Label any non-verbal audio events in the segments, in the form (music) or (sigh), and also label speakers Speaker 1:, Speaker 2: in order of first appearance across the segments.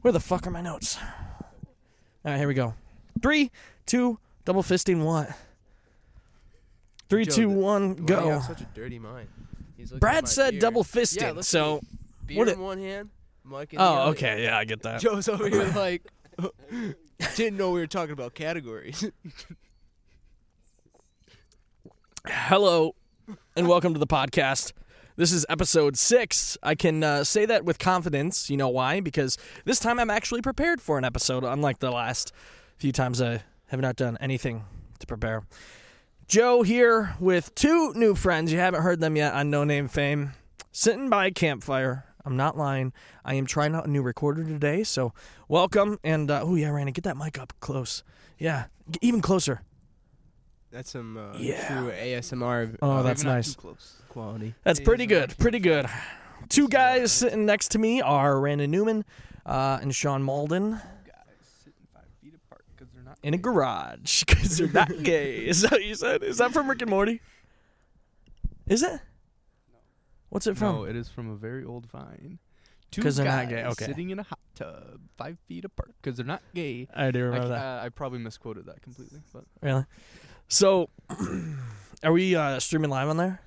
Speaker 1: Where the fuck are my notes? All right, here we go. Three, two, double fisting what? Three,
Speaker 2: Joe,
Speaker 1: two,
Speaker 2: the-
Speaker 1: one,
Speaker 2: Why do
Speaker 1: go.
Speaker 2: You have such a dirty mind. He's looking at
Speaker 1: Brad
Speaker 2: my
Speaker 1: said
Speaker 2: beer.
Speaker 1: double
Speaker 2: Yeah,
Speaker 1: fisting,
Speaker 2: look at
Speaker 1: so
Speaker 2: me. beer
Speaker 1: what
Speaker 2: in
Speaker 1: it-
Speaker 2: one hand, Mike in the
Speaker 1: oh,
Speaker 2: other.
Speaker 1: okay, yeah, I get that.
Speaker 2: (laughs) Joe's
Speaker 1: (laughs)
Speaker 2: over here like (laughs) didn't know we were talking about categories. (laughs)
Speaker 1: Hello, and welcome to the podcast. This is episode six. I can uh, say that with confidence. You know why? Because this time I'm actually prepared for an episode, unlike the last few times I have not done anything to prepare. Joe here with two new friends. You haven't heard them yet on No Name Fame. Sitting by a campfire. I'm not lying. I am trying out a new recorder today, so welcome. And uh, oh yeah, Randy, get that mic up close. Yeah, G- even closer.
Speaker 2: That's some uh,
Speaker 1: Yeah.
Speaker 2: true ASMR.
Speaker 1: Oh,
Speaker 2: uh,
Speaker 1: that's
Speaker 2: maybe not
Speaker 1: nice.
Speaker 2: Too close quality.
Speaker 1: That's pretty good. Pretty good. Two guys
Speaker 2: uh,
Speaker 1: sitting next to me are Randon Newman uh, and Sean Malden in a garage (laughs) because they're
Speaker 2: (laughs)
Speaker 1: not gay. Is that what you said? Is that from Rick and Morty? Is it? What's it from?
Speaker 3: No, it is from a very old vine.
Speaker 1: 'Cause they're not gay, okay.
Speaker 3: sitting in a hot tub, five feet apart, because they're not gay.
Speaker 1: I do
Speaker 3: I,
Speaker 1: remember that.
Speaker 3: uh, I probably misquoted that completely, but
Speaker 1: Really? So, (clears throat) are we uh, streaming live on there?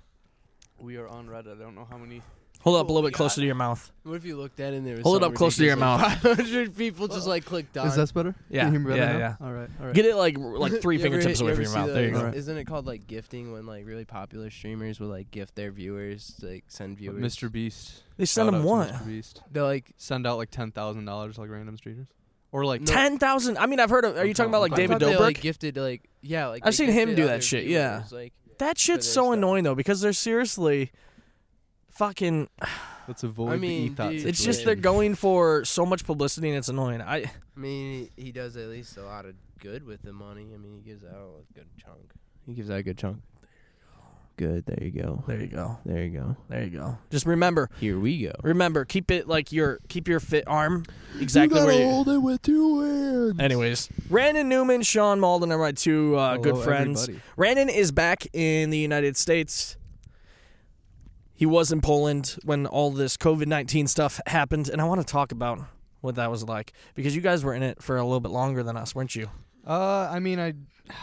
Speaker 3: we are on Reddit. I don't know how many.
Speaker 1: Hold up a
Speaker 2: Oh,
Speaker 1: little bit
Speaker 2: yeah.
Speaker 1: closer to your mouth.
Speaker 2: What if you looked at it and there was
Speaker 1: Hold it
Speaker 2: something
Speaker 1: up close to your
Speaker 2: ridiculous, like 500 people just like clicked on.
Speaker 3: Is this better?
Speaker 1: Yeah,
Speaker 3: Can you hear me better
Speaker 1: yeah,
Speaker 3: now?
Speaker 1: yeah.
Speaker 3: All right, all right.
Speaker 1: Get it like r-
Speaker 2: (laughs)
Speaker 1: like three
Speaker 2: You ever
Speaker 1: fingertips
Speaker 2: hit-
Speaker 1: away
Speaker 2: you
Speaker 1: from
Speaker 2: ever
Speaker 1: your
Speaker 2: see uh,
Speaker 1: mouth.
Speaker 2: the-
Speaker 1: There you
Speaker 3: Alright.
Speaker 1: go.
Speaker 3: Right.
Speaker 2: Isn't it called like gifting when like really popular streamers will like gift their viewers, like send viewers?
Speaker 3: Mr. Beast.
Speaker 1: They sent
Speaker 3: Shout
Speaker 1: him
Speaker 3: out to
Speaker 1: one.
Speaker 3: Mr. Beast.
Speaker 2: They're like
Speaker 3: Send out like ten thousand dollars like random streeters, or like
Speaker 2: No.
Speaker 1: Ten thousand. I mean, I've heard of. Are
Speaker 3: I'm
Speaker 1: you talking about like
Speaker 3: telling- I'm
Speaker 2: I
Speaker 1: David
Speaker 2: thought they,
Speaker 1: Dobrik?
Speaker 2: Like gifted like yeah, like
Speaker 1: I've
Speaker 2: they
Speaker 1: seen him
Speaker 2: gifted
Speaker 1: do that
Speaker 2: other
Speaker 1: shit, yeah.
Speaker 2: viewers, Like
Speaker 1: That shit's
Speaker 2: their
Speaker 1: so
Speaker 2: stuff.
Speaker 1: annoying though because they're seriously fucking
Speaker 3: let's avoid
Speaker 2: mean,
Speaker 3: the E ethos.
Speaker 2: dude,
Speaker 1: it's just
Speaker 2: Situation.
Speaker 1: they're going for so much publicity and it's annoying. I
Speaker 2: I mean, he does at least a lot of good with the money. I mean, he gives out a good chunk. He gives out a good chunk. Good. There you go.
Speaker 1: there you go.
Speaker 2: There you go.
Speaker 1: There you go. Just remember,
Speaker 2: Here we go.
Speaker 1: remember, keep it like your keep your fit arm exactly where you
Speaker 3: it with two
Speaker 1: (laughs)
Speaker 3: hands.
Speaker 1: Anyways, Brandon Newman, Sean Malden are my two uh, good friends. Brandon is back in the United States. He was in Poland when all this COVID 19 stuff happened, and I want to talk about what that was like because you guys were in it for a little bit longer than us, weren't you?
Speaker 3: Uh, I mean, I (sighs)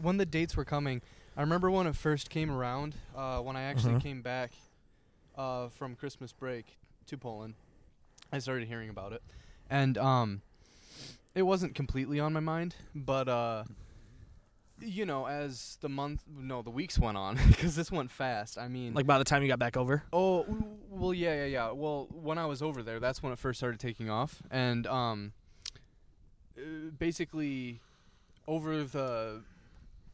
Speaker 3: when the dates were coming, I remember when it first came around. Uh, when I actually
Speaker 1: Mhm.
Speaker 3: came back uh, from Christmas break to Poland, I started hearing about it, and um, it wasn't completely on my mind, but uh, you know, as the month, no, the weeks went on (laughs) because this went fast. I mean,
Speaker 1: Like by the time you got back over?
Speaker 3: Oh w- well, yeah, yeah, yeah. Well, when I was over there, that's when it first started taking off, and um, uh, basically, over the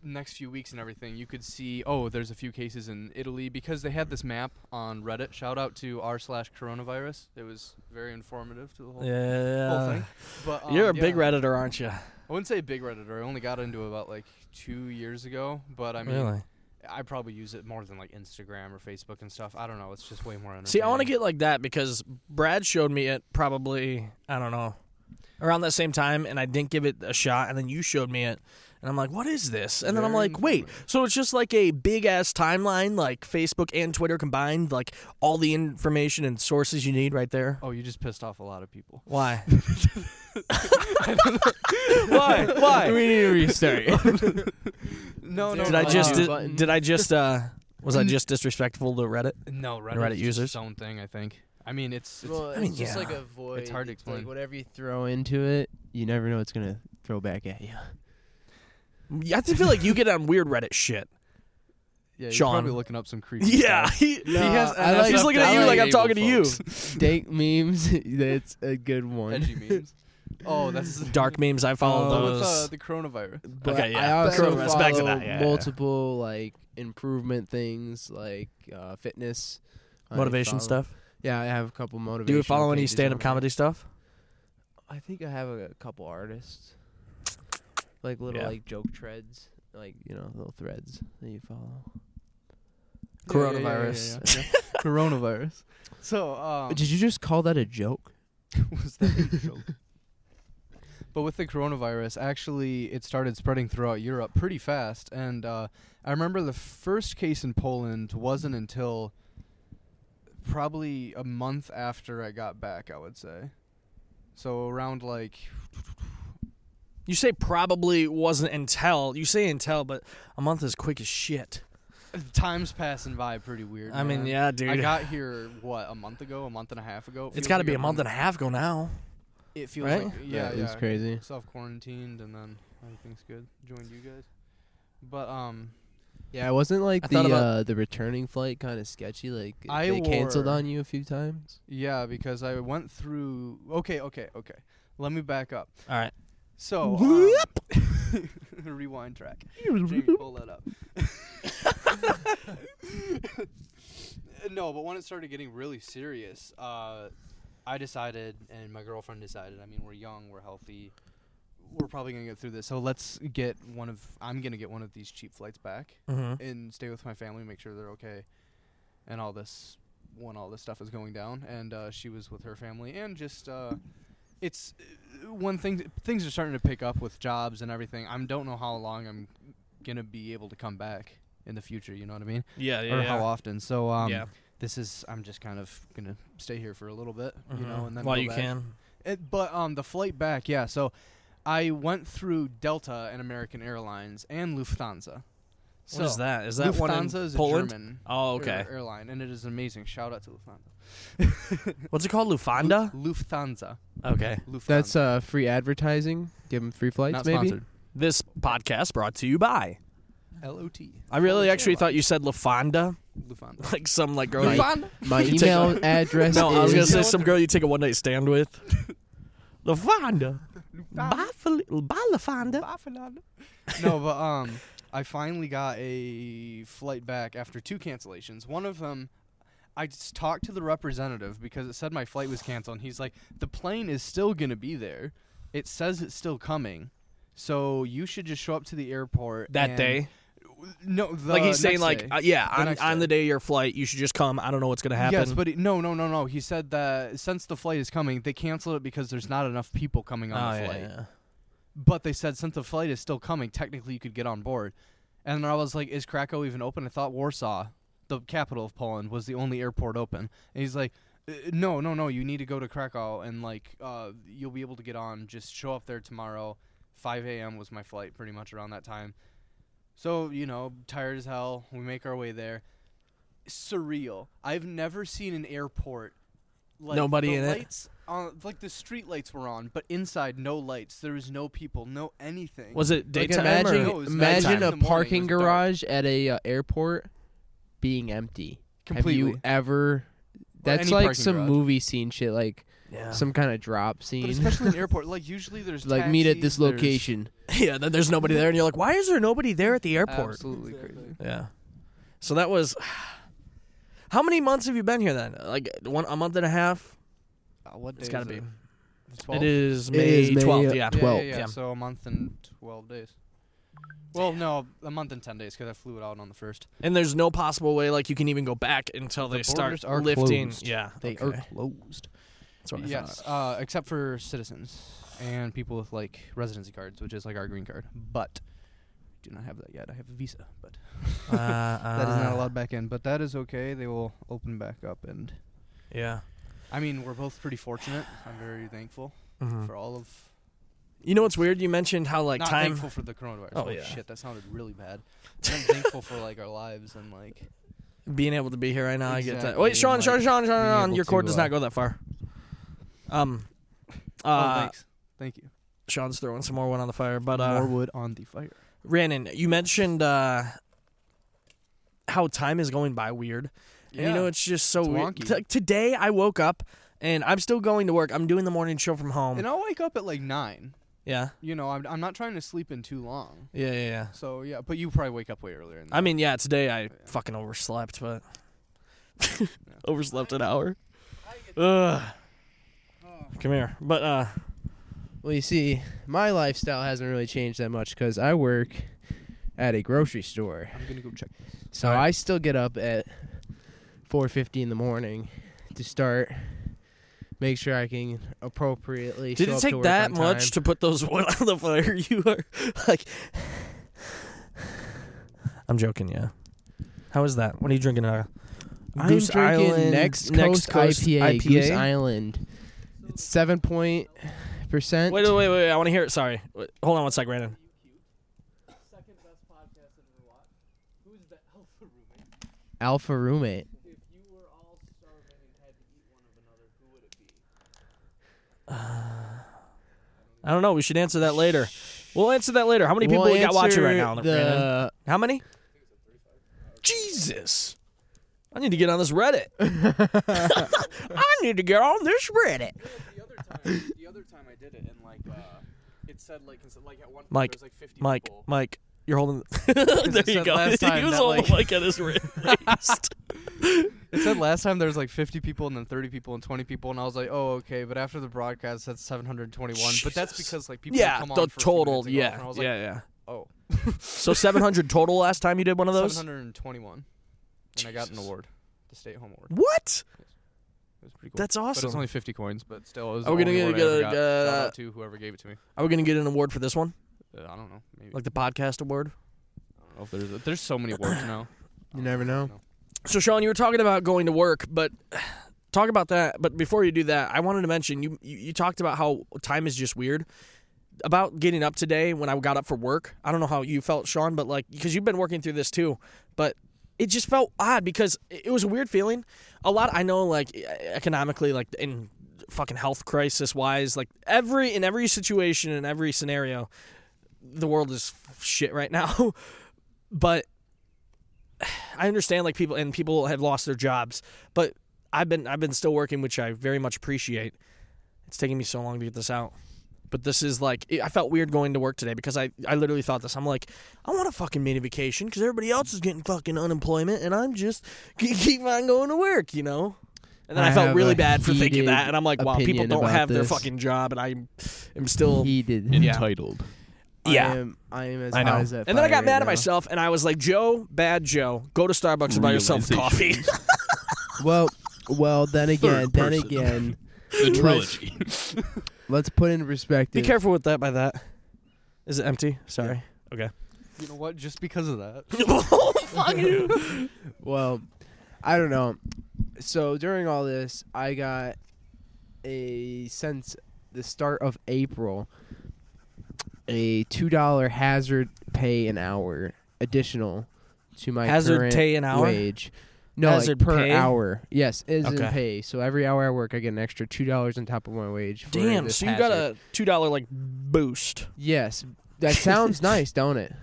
Speaker 3: next few weeks and everything, you could see oh, there's a few cases in Italy because they had this map on Reddit. Shout out to r slash coronavirus. It was very informative to the whole, whole
Speaker 1: Yeah.
Speaker 3: thing. But um,
Speaker 1: You're a big
Speaker 3: yeah.
Speaker 1: Redditor, aren't you?
Speaker 3: I wouldn't say big Redditor. I only got into it about like two years ago, but I mean,
Speaker 1: really?
Speaker 3: I probably use it more than like Instagram or Facebook and stuff. I don't know. It's just way more.
Speaker 1: See, I want to
Speaker 3: entertaining.
Speaker 1: get like that because Brad showed me it probably, I don't know, around that same time, and I didn't give it a shot. And then you showed me it, and I'm like, what is this? And then I'm
Speaker 3: Very
Speaker 1: like, wait. So it's just like a big ass timeline, like Facebook and Twitter combined, like all the information and sources you need right there.
Speaker 3: Oh, you just pissed off a lot of people.
Speaker 1: Why?
Speaker 3: (laughs) Why? Why?
Speaker 2: (laughs) We need to restart.
Speaker 1: (laughs)
Speaker 3: No,
Speaker 2: no,
Speaker 3: no.
Speaker 1: Did I
Speaker 2: Uh,
Speaker 1: just
Speaker 2: button.
Speaker 1: di- did I just uh was I just disrespectful to Reddit?
Speaker 3: no Reddit,
Speaker 1: Reddit users?
Speaker 3: Own thing, I think. I mean, it's. it's
Speaker 2: well, it's
Speaker 1: mean,
Speaker 2: just
Speaker 1: yeah.
Speaker 2: like a void.
Speaker 3: It's hard to explain.
Speaker 2: Like whatever you throw into it, you never know it's gonna throw back at you. (laughs)
Speaker 1: I feel like you get on weird Reddit shit.
Speaker 3: yeah,
Speaker 1: Sean.
Speaker 3: You're probably looking up some
Speaker 1: (laughs)
Speaker 3: creepy.
Speaker 1: Yeah,
Speaker 3: Stuff.
Speaker 1: he,
Speaker 2: No, I
Speaker 3: an
Speaker 2: like-
Speaker 1: he's
Speaker 3: SF
Speaker 1: looking at you
Speaker 3: down
Speaker 1: like I'm
Speaker 3: label,
Speaker 1: talking to you.
Speaker 3: folks.
Speaker 2: Dank memes. (laughs) That's a good one.
Speaker 1: (laughs)
Speaker 3: Edgy memes. Oh, (laughs) that's
Speaker 1: (laughs) Dark memes, I follow
Speaker 3: Oh,
Speaker 1: those.
Speaker 3: With, uh, the coronavirus.
Speaker 2: (laughs) But
Speaker 1: Okay, yeah.
Speaker 2: I also
Speaker 1: Corona, it's back to
Speaker 2: follow
Speaker 1: that, yeah, yeah.
Speaker 2: multiple like improvement things, like uh, fitness, I
Speaker 1: motivation
Speaker 2: follow-
Speaker 1: stuff.
Speaker 2: Yeah, I have a couple motivation.
Speaker 1: Do you follow any stand-up comedy stuff?
Speaker 2: I think I have a, couple artists, like little
Speaker 1: Yeah.
Speaker 2: like joke treads, like you know little threads that you follow.
Speaker 3: Yeah, yeah, yeah, yeah,
Speaker 1: Coronavirus.
Speaker 3: yeah, yeah. (laughs) Coronavirus.
Speaker 1: (laughs)
Speaker 3: So, um,
Speaker 2: Did you just call that a joke?
Speaker 1: (laughs)
Speaker 3: was that a joke? But with the coronavirus, actually, it started spreading throughout Europe pretty fast. And uh, I remember the first case in Poland wasn't until probably a month after I got back, I would say. So around like
Speaker 1: You say probably wasn't until you say until, but a month is quick as shit.
Speaker 3: time's passing by pretty weird.
Speaker 1: I mean,
Speaker 3: man.
Speaker 1: yeah, dude.
Speaker 3: I got here what a month ago, a month and a half ago.
Speaker 1: it's got to be a month and a half ago now.
Speaker 3: half. It feels
Speaker 1: right?
Speaker 3: like yeah,
Speaker 2: That
Speaker 3: yeah.
Speaker 2: is crazy.
Speaker 3: Self quarantined and then everything's good. Joined you guys, but um,
Speaker 2: Yeah, it wasn't like
Speaker 1: I
Speaker 2: the
Speaker 1: thought about-
Speaker 2: uh, the returning flight kind of sketchy. Like
Speaker 3: I
Speaker 2: they canceled
Speaker 3: wore-
Speaker 2: on you a few times.
Speaker 3: yeah, because I went through. Okay, okay, okay. Let me back up.
Speaker 1: All right.
Speaker 3: So um, (laughs) rewind track. Jamie, pull that up. (laughs) no, but when it started getting really serious, uh, I decided, and my girlfriend decided. I mean, we're young, we're healthy, we're probably gonna get through this. So let's get one of. I'm gonna get one of these cheap flights back
Speaker 1: Mm-hmm.
Speaker 3: and stay with my family, make sure they're okay, and all this when all this stuff is going down. And uh, she was with her family, and just uh, it's uh, when things things are starting to pick up with jobs and everything. I don't know how long I'm gonna be able to come back in the future. You know what I mean?
Speaker 1: Yeah, yeah,
Speaker 3: or
Speaker 1: yeah.
Speaker 3: how often? So um,
Speaker 1: Yeah.
Speaker 3: this is I'm just kind of gonna stay here for a little bit, you know,
Speaker 1: Mhm.
Speaker 3: and then
Speaker 1: while
Speaker 3: go
Speaker 1: you
Speaker 3: back.
Speaker 1: can.
Speaker 3: It, but um, the flight back, yeah. So I went through Delta and American Airlines and Lufthansa. So
Speaker 1: what is that? Is that
Speaker 3: Lufthansa
Speaker 1: one in
Speaker 3: is
Speaker 1: Poland?
Speaker 3: a German
Speaker 1: Oh,
Speaker 3: air-
Speaker 1: okay.
Speaker 3: airline, and it is amazing. Shout out to Lufthansa.
Speaker 1: What's it called? Lufanda? (laughs)
Speaker 3: Lu- Lufthansa.
Speaker 1: Okay.
Speaker 3: Lufthansa.
Speaker 2: That's uh, free advertising. Give them free flights,
Speaker 3: not
Speaker 2: maybe.
Speaker 3: sponsored.
Speaker 1: This podcast brought to you by.
Speaker 3: L O T.
Speaker 1: I really
Speaker 3: Oh,
Speaker 1: actually
Speaker 3: yeah.
Speaker 1: thought you said Lafanda,
Speaker 3: Lufthansa.
Speaker 1: (laughs) like some like girl.
Speaker 2: Right.
Speaker 1: You,
Speaker 3: (laughs) Lufthansa.
Speaker 1: (laughs)
Speaker 2: My
Speaker 1: You take a-
Speaker 2: email address.
Speaker 1: no, I was gonna
Speaker 2: is (laughs)
Speaker 1: say (laughs) some girl you take a one night stand (laughs) with. Lafanda,
Speaker 3: Lufthansa.
Speaker 1: bye, Fel- bye Lafanda.
Speaker 3: Bye, Fernando. no, but um, I finally got a flight back after two cancellations. One of them, I just talked to the representative because it said my flight was canceled. And he's like, "The plane is still gonna be there. It says it's still coming, so you should just show up to the airport
Speaker 1: That
Speaker 3: and-
Speaker 1: day,
Speaker 3: No, the
Speaker 1: like he's saying,
Speaker 3: next
Speaker 1: like
Speaker 3: day.
Speaker 1: uh, yeah, on,
Speaker 3: next
Speaker 1: on
Speaker 3: day.
Speaker 1: the day of your flight, you should just come. I don't know what's gonna happen.
Speaker 3: Yes, but he, no, no, no, no. He said that since the flight is coming, they canceled it because there's not enough people coming
Speaker 1: oh,
Speaker 3: on the
Speaker 1: yeah,
Speaker 3: flight.
Speaker 1: yeah.
Speaker 3: But they said since the flight is still coming, technically you could get on board. And then I was like, is Krakow even open? I thought Warsaw, the capital of Poland, was the only airport open. And he's like, "Uh, no, no, no, you need to go to Krakow and like uh, you'll be able to get on. Just show up there tomorrow. 5 a.m. was my flight pretty much around that time. So, you know, tired as hell. We make our way there. Surreal. I've never seen an airport like
Speaker 1: Nobody
Speaker 3: the
Speaker 1: in it?
Speaker 3: lights on Uh, like the street lights were on, but inside no lights. There was no people, no anything.
Speaker 1: was it
Speaker 2: Like,
Speaker 1: daytime
Speaker 2: imagine
Speaker 1: or
Speaker 2: (laughs)
Speaker 3: No, it was nighttime.
Speaker 2: imagine
Speaker 3: In the
Speaker 2: a
Speaker 3: morning, it
Speaker 2: parking
Speaker 3: was dark.
Speaker 2: garage at a uh, airport being empty.
Speaker 3: completely?
Speaker 2: Have you ever? That's
Speaker 3: any
Speaker 2: like
Speaker 3: parking
Speaker 2: some
Speaker 3: garage.
Speaker 2: movie scene shit, like
Speaker 1: yeah,
Speaker 2: some kind of drop
Speaker 3: but
Speaker 2: scene.
Speaker 3: especially in airport, like usually
Speaker 2: (laughs)
Speaker 3: there's
Speaker 2: like meet at this
Speaker 3: taxis, there's-
Speaker 2: location.
Speaker 1: (laughs) yeah? Then there's nobody there, and you're like, why is there nobody there at the airport?
Speaker 3: Absolutely
Speaker 2: Exactly.
Speaker 3: crazy.
Speaker 1: Yeah. So that was. (sighs) How many months have you been here then? Like one a month and a half.
Speaker 3: Uh, what
Speaker 1: It's
Speaker 3: day
Speaker 1: got to be.
Speaker 3: is it? The
Speaker 1: It
Speaker 3: 12th?
Speaker 1: is
Speaker 2: It is
Speaker 1: May
Speaker 2: May,
Speaker 1: twelfth.
Speaker 2: uh,
Speaker 1: Yeah.
Speaker 3: Yeah,
Speaker 2: 12th,
Speaker 3: Yeah, yeah,
Speaker 1: yeah.
Speaker 3: So a month and twelve days. Well, no, a month and ten days because I flew it out on the first.
Speaker 1: And there's no possible way like you can even go back until they start
Speaker 3: borders are
Speaker 1: lifting.
Speaker 2: closed.
Speaker 1: Yeah.
Speaker 2: They
Speaker 1: okay.
Speaker 2: are closed.
Speaker 1: That's what I
Speaker 3: yes,
Speaker 1: thought.
Speaker 3: uh, except for citizens and people with like residency cards, which is like our green card. But do not have that yet. I have a visa, but (laughs)
Speaker 1: Uh, uh,
Speaker 3: that is
Speaker 2: Ah.
Speaker 3: not allowed back in. But that is okay. They will open back up, and
Speaker 1: uh, Yeah.
Speaker 3: I mean we're both pretty fortunate. I'm very thankful
Speaker 1: Mhm.
Speaker 3: for all of.
Speaker 1: You know what's weird? You mentioned how like
Speaker 3: not
Speaker 1: time.
Speaker 3: thankful for the coronavirus.
Speaker 1: Oh,
Speaker 3: Oh,
Speaker 1: yeah.
Speaker 3: shit, that sounded really bad. I'm thankful for like our lives and like
Speaker 1: being able to be here right now. I get that.
Speaker 3: Exactly,
Speaker 1: Wait, Sean,
Speaker 3: like,
Speaker 1: Sean, Sean, Sean,
Speaker 3: being
Speaker 1: Sean,
Speaker 3: able
Speaker 1: your cord
Speaker 3: to,
Speaker 1: does
Speaker 3: uh,
Speaker 1: not go that far. Um, (laughs)
Speaker 3: oh,
Speaker 1: uh,
Speaker 3: thanks. Thank you.
Speaker 1: Sean's throwing some more wood on the fire, but uh,
Speaker 3: More wood on the fire.
Speaker 1: Rannon, you mentioned uh, how time is going by weird. And you know, it's just so
Speaker 3: It's
Speaker 1: weird.
Speaker 3: wonky.
Speaker 1: T- today, I woke up and I'm still going to work. I'm doing the morning show from home.
Speaker 3: and I'll wake up at like nine.
Speaker 1: yeah.
Speaker 3: You know, I'm, I'm not trying to sleep in too long.
Speaker 1: Yeah, yeah, yeah.
Speaker 3: So yeah, but you probably wake up way earlier. Than
Speaker 1: I mean, yeah, today I fucking overslept, but (laughs) overslept an hour. Ugh. Come here. But uh
Speaker 2: Well, you see, my lifestyle hasn't really changed that much because I work at a grocery store,
Speaker 3: I'm gonna go check.
Speaker 2: so I still get up at 4:50 in the morning to start. Make sure I can appropriately.
Speaker 1: did
Speaker 2: show
Speaker 1: it
Speaker 2: up to
Speaker 1: take
Speaker 2: work
Speaker 1: that
Speaker 2: on
Speaker 1: much
Speaker 2: time.
Speaker 1: to put those (laughs) wood on the fire? You are like I'm joking, yeah. How is that? What are you drinking? Uh,
Speaker 2: I'm
Speaker 1: Goose
Speaker 2: drinking
Speaker 1: Island,
Speaker 2: next,
Speaker 1: Next
Speaker 2: Coast,
Speaker 1: Coast
Speaker 2: IPA, Goose
Speaker 1: IPA?
Speaker 2: Island. It's seven point percent.
Speaker 1: Wait, wait, wait, wait. I want to hear it. Sorry. Wait, hold on one sec, Brandon.
Speaker 4: second best podcast I've ever watched. Who's the alpha roommate?
Speaker 2: Alpha roommate.
Speaker 4: If you were all starving and had to eat one of another, who would it be?
Speaker 1: I don't know. We should answer that later. We'll answer that later. How many people we got watching right now,
Speaker 2: The
Speaker 1: Brandon? How many? Jesus. I need to get on this Reddit. (laughs) I need to get on this Reddit.
Speaker 3: The other time, the other time I did it, and like, uh, it said like, cons- like at one point
Speaker 1: Mike,
Speaker 3: there was like 50
Speaker 1: Mike,
Speaker 3: people.
Speaker 1: Mike, you're holding.
Speaker 3: (laughs)
Speaker 1: there
Speaker 3: it
Speaker 1: you
Speaker 3: said
Speaker 1: go.
Speaker 3: last time
Speaker 1: he was
Speaker 3: that,
Speaker 1: holding
Speaker 3: like-
Speaker 1: the mic at
Speaker 3: (laughs)
Speaker 1: his wrist.
Speaker 3: It said last time there was like 50 people and then 30 people and 20 people, and I was like, oh okay. But after the broadcast, that's 721. But that's
Speaker 1: Jesus.
Speaker 3: because like people
Speaker 1: yeah,
Speaker 3: come
Speaker 1: the
Speaker 3: on for a few minutes
Speaker 1: total.
Speaker 3: to go off,
Speaker 1: Yeah,
Speaker 3: and I was like,
Speaker 1: yeah, yeah.
Speaker 3: oh,
Speaker 1: So 700 total last time you did one of those.
Speaker 3: 721, and I got an
Speaker 1: Jesus.
Speaker 3: award, the stay at home award.
Speaker 1: What?
Speaker 3: It was pretty cool.
Speaker 1: That's
Speaker 3: But it was
Speaker 1: awesome.
Speaker 3: only 50 coins, but still, it was.
Speaker 1: Are
Speaker 3: Are
Speaker 1: we
Speaker 3: we
Speaker 1: gonna
Speaker 3: going to
Speaker 1: get
Speaker 3: get
Speaker 1: a-
Speaker 3: a
Speaker 1: uh,
Speaker 3: shout out to whoever gave it to me?
Speaker 1: Are we gonna get an award for this one?
Speaker 3: Uh, I don't know. Maybe.
Speaker 1: Like the podcast award?
Speaker 3: I don't know if there's there's so many awards now.
Speaker 2: You never know.
Speaker 1: So, Sean, you were talking about going to work, but talk about that. But before you do that, I wanted to mention you, you. You talked about how time is just weird. About getting up today when I got up for work. I don't know how you felt, Sean, but like because you've been working through this too, but it just felt odd because it it was a weird feeling. A lot I know, like e- economically, like in fucking health crisis wise, like every in every situation in every scenario, the world is shit right now. (laughs) but I understand like people and people have lost their jobs, but I've been I've been still working, which I very much appreciate. It's taking me so long to get this out, but this is like I felt weird going to work today because I I literally thought this. I'm like I want a fucking mini vacation because everybody else is getting fucking unemployment and I'm just (laughs) keep- keep on going to work, you know. And then I,
Speaker 2: I
Speaker 1: felt
Speaker 2: have
Speaker 1: really
Speaker 2: a
Speaker 1: bad for thinking
Speaker 2: heated
Speaker 1: that, and I'm like, wow, people
Speaker 2: opinion
Speaker 1: don't
Speaker 2: about
Speaker 1: have their
Speaker 2: this.
Speaker 1: fucking job, and I am still
Speaker 2: He did.
Speaker 1: Yeah.
Speaker 3: Entitled.
Speaker 2: I am, I am as
Speaker 1: I know.
Speaker 2: high
Speaker 1: And
Speaker 2: as that
Speaker 1: then I
Speaker 2: fire
Speaker 1: got
Speaker 2: right
Speaker 1: mad
Speaker 2: now.
Speaker 1: at myself, and I was like, Joe, bad Joe, go to Starbucks and buy yourself a coffee.
Speaker 2: Well, well, then again, then
Speaker 5: person.
Speaker 2: again,
Speaker 5: (laughs) the trilogy.
Speaker 1: (laughs)
Speaker 2: let's put
Speaker 1: (laughs)
Speaker 2: in
Speaker 1: Be
Speaker 2: perspective.
Speaker 1: careful with that. By that, is it empty? Sorry.
Speaker 3: You know what? Just because of that.
Speaker 1: oh, (laughs) fuck you.
Speaker 2: Well, I don't know. So during all this, I got a since the start of April a two dollar hazard pay an hour additional to my
Speaker 1: Hazard
Speaker 2: current
Speaker 1: pay an hour?
Speaker 2: wage. No, like,
Speaker 1: Hazard
Speaker 2: per
Speaker 1: pay?
Speaker 2: hour. Yes, is
Speaker 1: Okay.
Speaker 2: in pay. So every hour I work, I get an extra two dollars on top of my wage. For
Speaker 1: Damn.
Speaker 2: this
Speaker 1: So you
Speaker 2: hazard.
Speaker 1: got a two dollar like boost.
Speaker 2: yes.
Speaker 1: (laughs)
Speaker 2: That sounds nice, don't it?